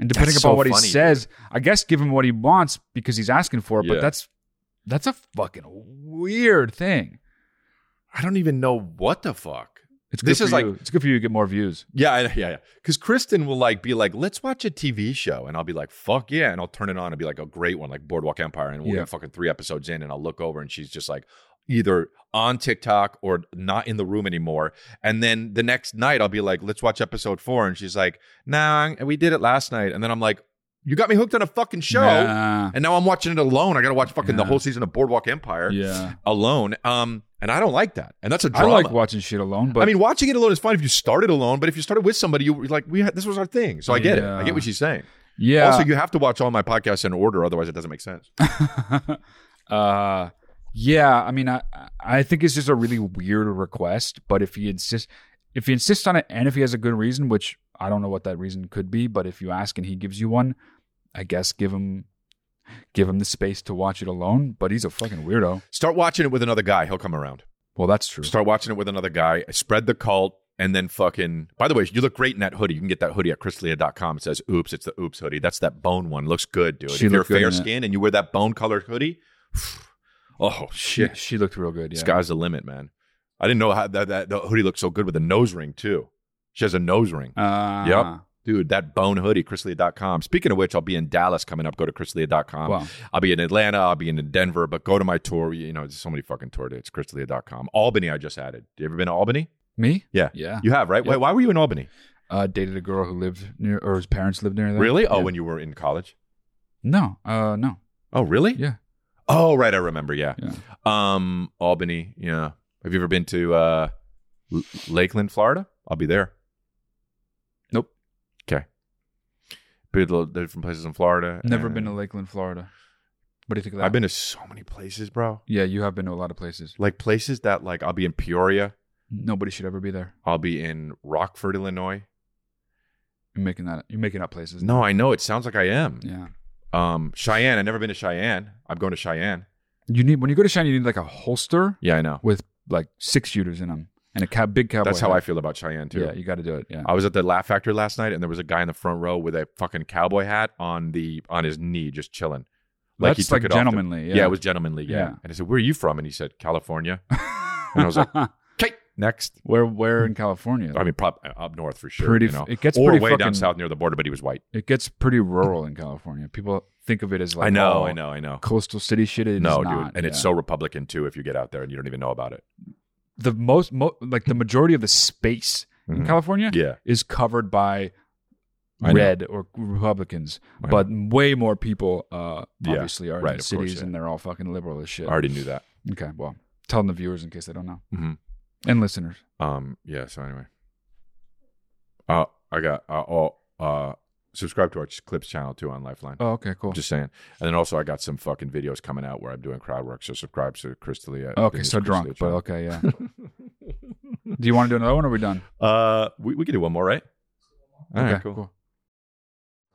A: And depending
C: That's
A: upon
C: so
A: what
C: funny,
A: he
C: dude.
A: says, I guess give him what he wants because he's asking for it. But
C: Yeah.
A: that's that's a fucking weird thing.
C: I don't even know what the fuck.
A: It's good
C: This
A: for
C: is like-
A: you. it's good for you to get more views.
C: Yeah, I- yeah, yeah. Because Kristen will like be like, "Let's watch a TV show," and I'll be like, "Fuck yeah!" And I'll turn it on and be like, "A great one, like Boardwalk Empire," and we'll
A: Yeah.
C: get fucking three episodes in, and I'll look over and she's just like, either on TikTok or not in the room anymore. And then the next night, I'll be like, "Let's watch episode four. and she's like, "Nah, we did it last night," and then I'm like. You got me hooked on a fucking show,
A: Nah.
C: and now I'm watching it alone. I got to watch fucking the
A: Yeah.
C: whole season of Boardwalk Empire
A: Yeah.
C: alone. Um, and I don't like that, and that's a
A: I
C: drama.
A: like watching shit alone, but
C: I mean, watching it alone is fine if you started alone, but if you started with somebody, you were like we had, this was our thing. So I get it. I
A: Yeah.
C: get what she's saying.
A: yeah.
C: Also, you have to watch all my podcasts in order, otherwise it doesn't make sense.
A: uh yeah i mean i i think it's just a really weird request but if he insists if he insists on it and if he has a good reason which i don't know what that reason could be but if you ask and he gives you one i guess give him give him the space to watch it alone but he's a fucking weirdo
C: Start watching it with another guy; he'll come around.
A: well that's true
C: Start watching it with another guy. Spread the cult. And then fucking, by the way, you look great in that hoodie. You can get that hoodie at chrislea.com. It says, oops, it's the oops hoodie. That's that bone one. Looks good, dude.
A: She
C: if you're
A: looked good in
C: fair
A: it.
C: skinned and you wear that bone colored hoodie, oh,
A: she,
C: shit.
A: she looked real good yeah
C: Sky's the limit, man. I didn't know how that, that the hoodie looked so good with a nose ring, too. She has a nose ring.
A: uh,
C: Yep. Dude, that bone hoodie, chrislea.com. Speaking of which, I'll be in Dallas coming up. Go to chrislea.com.
A: Wow.
C: I'll be in Atlanta. I'll be in Denver, but go to my tour. You know, there's so many fucking tour dates. Chrislea.com. Albany, I just added. You ever been to Albany?
A: me
C: Yeah.
A: yeah
C: You have, right? Why,
A: Yep.
C: why were you in Albany?
A: uh dated a girl who lived near or his parents lived near there
C: Really? Oh,
A: Yeah.
C: when you were in college?
A: no uh no
C: Oh, really?
A: yeah
C: Oh, right. I remember. Yeah.
A: yeah
C: Um, Albany. Yeah. Have you ever been to uh, L- Lakeland, Florida? I'll be there.
A: Nope.
C: Okay. Been to the different places in Florida.
A: never
C: and-
A: been to lakeland florida what do you think of that
C: Uh. I've been to so many places, bro.
A: yeah you have been to a lot of places
C: Like places that like I'll be in Peoria,
A: Nobody should ever be there.
C: I'll be in Rockford, Illinois.
A: You're making that. You're making up places.
C: No, I know it sounds like I am.
A: Yeah.
C: Um, Cheyenne. I've never been to Cheyenne. I'm going to Cheyenne.
A: You need when you go to Cheyenne, you need like a holster
C: Yeah, I know.
A: with like six shooters in them and a cow, big cowboy.
C: That's how I
A: hat.
C: feel about Cheyenne too.
A: Yeah, you got to do it. Yeah.
C: I was at the Laugh Factory last night, and there was a guy in the front row with a fucking cowboy hat on the on his knee, just chilling.
A: That's
C: took
A: like
C: it off the-
A: gentlemanly.
C: yeah.
A: yeah,
C: it was gentlemanly. Yeah.
A: Yeah.
C: And I said, "Where are you from?" And he said, "California." and I was like, "Okay, next."
A: where where in California?
C: I mean, prob- uh, up north for sure.
A: Pretty
C: you
A: f-
C: know,
A: it gets
C: or
A: pretty
C: way down
A: fucking-
C: south near the border, but he was white.
A: it gets pretty rural in California. People think of it as like
C: I know,
A: all
C: I know, I know.
A: coastal city shit. It is
C: no,
A: not.
C: dude, and it's
A: Yeah.
C: so Republican too. If you get out there and you don't even know about it,
A: the most mo- like the majority of the space in
C: Mhm.
A: California
C: yeah,
A: is covered by
C: I know.
A: red or Republicans,
C: I
A: but way more people uh,
C: Yeah,
A: obviously are
C: right,
A: in
C: of
A: cities
C: course, yeah.
A: and they're all fucking liberal as shit.
C: I already knew that.
A: Okay, well, telling the viewers in case they don't know
C: Mhm.
A: and listeners.
C: Um, yeah. So anyway, uh, I got uh, all uh, subscribe to our clips channel too on Lifeline.
A: Oh, okay, cool.
C: Just saying, and then also I got some fucking videos coming out where I'm doing crowd work. So subscribe to Crystalia.
A: okay, so drunk, but okay, yeah. do you want to do another one? Or are we done?
C: uh, we, we can do one more, right? All right,
A: okay,
C: cool.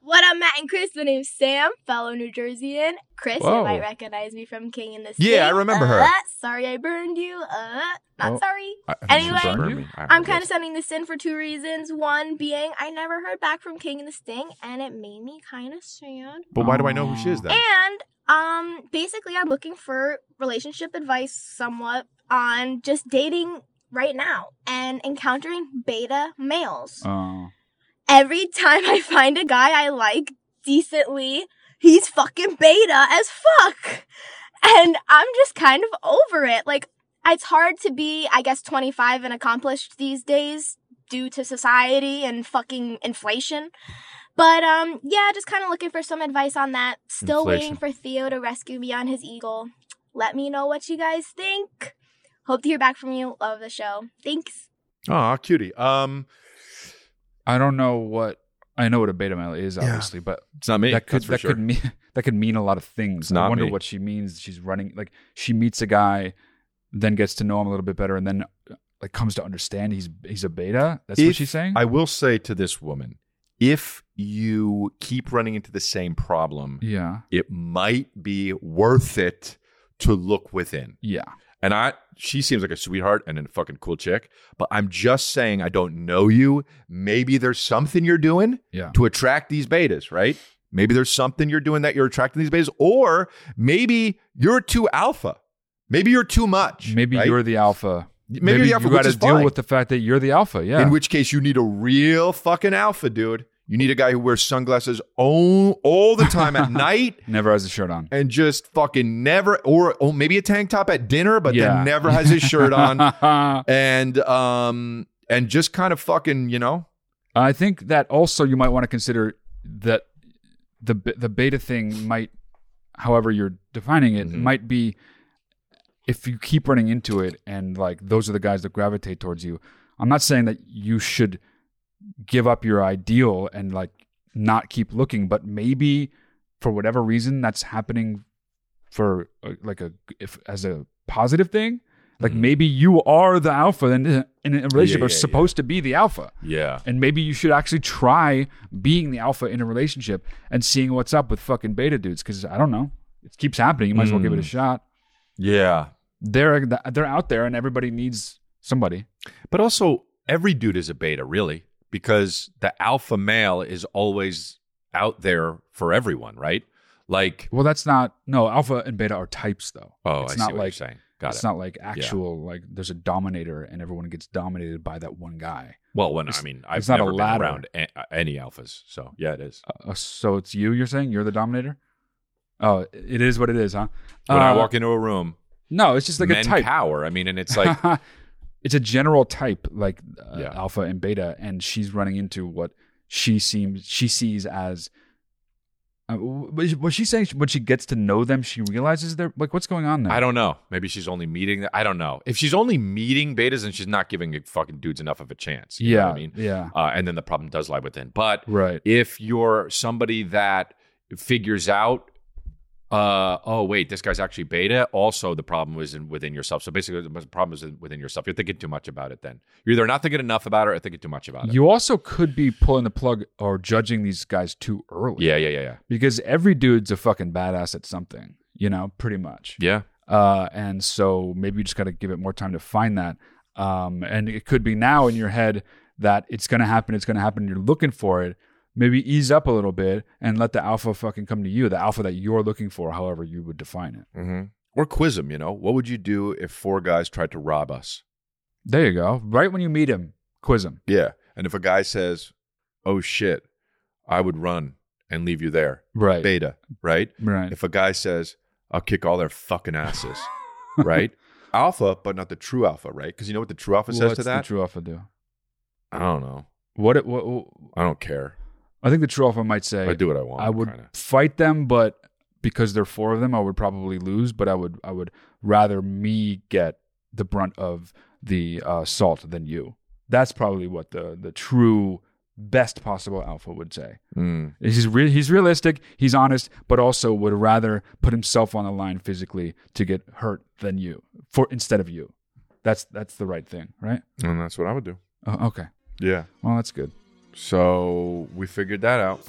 M: What up, Matt and Chris? My name's Sam, fellow New Jerseyan. Chris,
C: Whoa.
M: you might recognize me from King in the State.
C: Yeah, I remember her.
M: Uh, sorry I burned you. Uh, not
A: Oh.
M: sorry.
C: I- I think she
M: Anyway,
C: burned me. I
M: I'm kind
C: apologize.
M: of sending this in for two reasons. One being, I never heard back from King in the Sting, and it made me kind of sad.
C: But why do I know who she is then?
M: And um, basically, I'm looking for relationship advice, somewhat on just dating right now and encountering beta males
A: Oh,
M: every time I find a guy I like decently, he's fucking beta as fuck. And I'm just kind of over it. Like, it's hard to be, I guess, 25 and accomplished these days due to society and fucking inflation. But um, yeah, just kind of looking for some advice on that. Still
C: Inflation.
M: waiting for Theo to rescue me on his eagle. Let me know what you guys think. Hope to hear back from you. Love the show. Thanks.
C: Oh, cutie. Um,
A: I don't know what I know what a beta male is,
C: Yeah.
A: obviously, but
C: it's not me.
A: that could
C: that's for
A: that
C: sure.
A: could mean that could mean a lot of things.
C: It's not
A: I wonder
C: me.
A: what she means. She's running like she meets a guy, then gets to know him a little bit better, and then like comes to understand he's he's a beta. That's what
C: If-
A: she's saying.
C: I will say to this woman, if you keep running into the same problem,
A: yeah,
C: it might be worth it to look within.
A: yeah.
C: And I, she seems like a sweetheart and a fucking cool chick, but I'm just saying I don't know you. Maybe there's something you're doing
A: Yeah.
C: to attract these betas, right? Maybe there's something you're doing that you're attracting these betas, or maybe you're too alpha. Maybe you're too much.
A: Maybe
C: right?
A: you're the alpha.
C: Maybe you're the alpha,
A: You
C: which
A: gotta
C: is
A: deal
C: fine.
A: with the fact that you're the alpha. Yeah.
C: In which case, you need a real fucking alpha, dude. You need a guy who wears sunglasses all, all the time at night
A: Never has a shirt on.
C: and just fucking never, or oh, maybe a tank top at dinner, but
A: Yeah.
C: then never has his shirt on.
A: I
C: and um and just kind of fucking, you know,
A: think that also you might want to consider that the be- the beta thing might, however you're defining it,
C: Mm-hmm.
A: might be if you keep running into it and like those are the guys that gravitate towards you. I'm not saying that you should give up your ideal and like not keep looking, but maybe for whatever reason that's happening for uh, like a if as a positive thing. Like maybe you are the alpha, and in a relationship
C: Mm-hmm. yeah,
A: are
C: yeah.
A: supposed to be the alpha.
C: Yeah.
A: And maybe you should actually try being the alpha in a relationship and seeing what's up with fucking beta dudes. Because I don't know, it keeps happening. You might as well give it a
C: Mm.
A: shot.
C: Yeah.
A: They're they're out there, and everybody needs somebody.
C: But also, every dude is a beta, really, because the alpha male is always out there for everyone, right? Like,
A: Well, that's not no alpha and beta are types though.
C: oh,
A: it's not
C: I see
A: like
C: what you're saying. Got
A: it's
C: it.
A: not like actual like there's a dominator and everyone gets dominated by that one guy.
C: well, when
A: it's-
C: I mean, I've
A: it's not a
C: never been
A: ladder.
C: around a- any alphas, so yeah, it is.
A: Uh, so it's you. You're saying you're the dominator. Oh, it is what it is, huh?
C: When I
A: Uh,
C: walk into a room,
A: no, it's just like
C: men
A: a type.
C: power. I mean, and it's like,
A: it's a general type like uh,
C: Yeah.
A: alpha and beta and she's running into what she seems she sees as uh, was was she saying when she gets to know them she realizes they're like what's going on there
C: I don't know. Maybe she's only meeting. I don't know. If she's only meeting betas and she's not giving fucking dudes enough of a chance. you know
A: yeah
C: what I mean,
A: yeah
C: uh, and then the problem does lie within. But
A: right
C: if you're somebody that figures out uh oh wait this guy's actually beta also the problem is in, within yourself so basically the problem is in- within yourself you're thinking too much about it then you're either not thinking enough about it or thinking too much about it
A: you also could be pulling the plug or judging these guys too early
C: yeah yeah yeah yeah
A: because every dude's a fucking badass at something you know pretty much
C: yeah
A: uh, and so maybe you just got to give it more time to find that. Um, and it could be now in your head that it's going to happen, it's going to happen. You're looking for it. Maybe ease up a little bit and let the alpha fucking come to you, the alpha that you're looking for, however you would define it.
C: mm-hmm. or quiz them you know what would you do if four guys tried to rob us
A: There you go. Right when you meet him, quiz him.
C: yeah and if a guy says oh shit i would run and leave you there
A: Right.
C: beta right
A: Right.
C: If a guy says, I'll kick all their fucking asses, right? Alpha, but not the true alpha, right? Because you know what the true alpha says
A: What's
C: to
A: the
C: that?
A: true alpha do?
C: I don't know.
A: What, it, what, what-
C: I don't care.
A: I think the true alpha might say,
C: I do what I want.
A: I would
C: kinda.
A: fight them, but because there are four of them, I would probably lose. But I would I would rather me get the brunt of the uh, assault than you. That's probably what the the true best possible alpha would say.
C: Mm.
A: Is He's re- he's realistic, he's honest, but also would rather put himself on the line physically to get hurt than you for instead of you. That's that's the right thing, right?
C: And that's what I would do.
A: Oh, okay,
C: Yeah.
A: well that's good.
C: So we figured that out.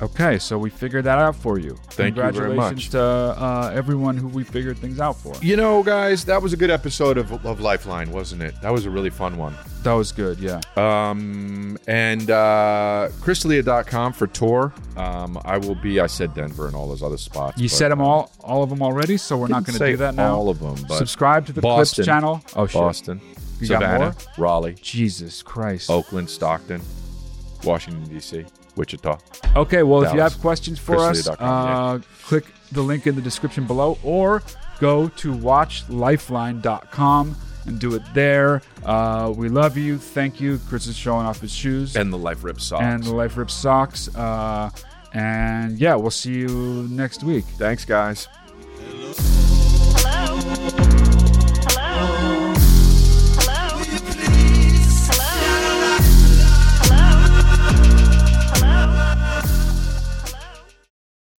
A: Okay, so we figured that out for you.
C: Thank you very
A: Congratulations
C: much.
A: to uh, everyone who we figured things out for.
C: You know, guys, that was a good episode of, of Lifeline, wasn't it? That was a really fun one.
A: That was good, yeah.
C: Um, and uh, chrisleah.com for tour. Um, I will be, I said Denver and all those other spots.
A: You
C: but- uh,
A: said them all, all of them already, so we're not
C: Didn't
A: going to
C: say
A: do that now.
C: all of 'em, but
A: subscribe to the
C: Boston.
A: Clips channel. Oh shit!
C: Boston,
A: You got
C: Savannah, Raleigh,
A: Jesus Christ.
C: Oakland, Stockton, Washington, D.C., Wichita.
A: Okay, well, if you
C: Dallas.
A: have questions for us, uh,
C: ChrisLea.com,
A: click the link in the description below or go to watchlifeline.com and do it there. Uh, we love you. Thank you. Chris is showing off his shoes
C: And the Life Rip Socks.
A: and the Life Rip socks. Uh, and yeah, we'll see you next week.
C: Thanks, guys.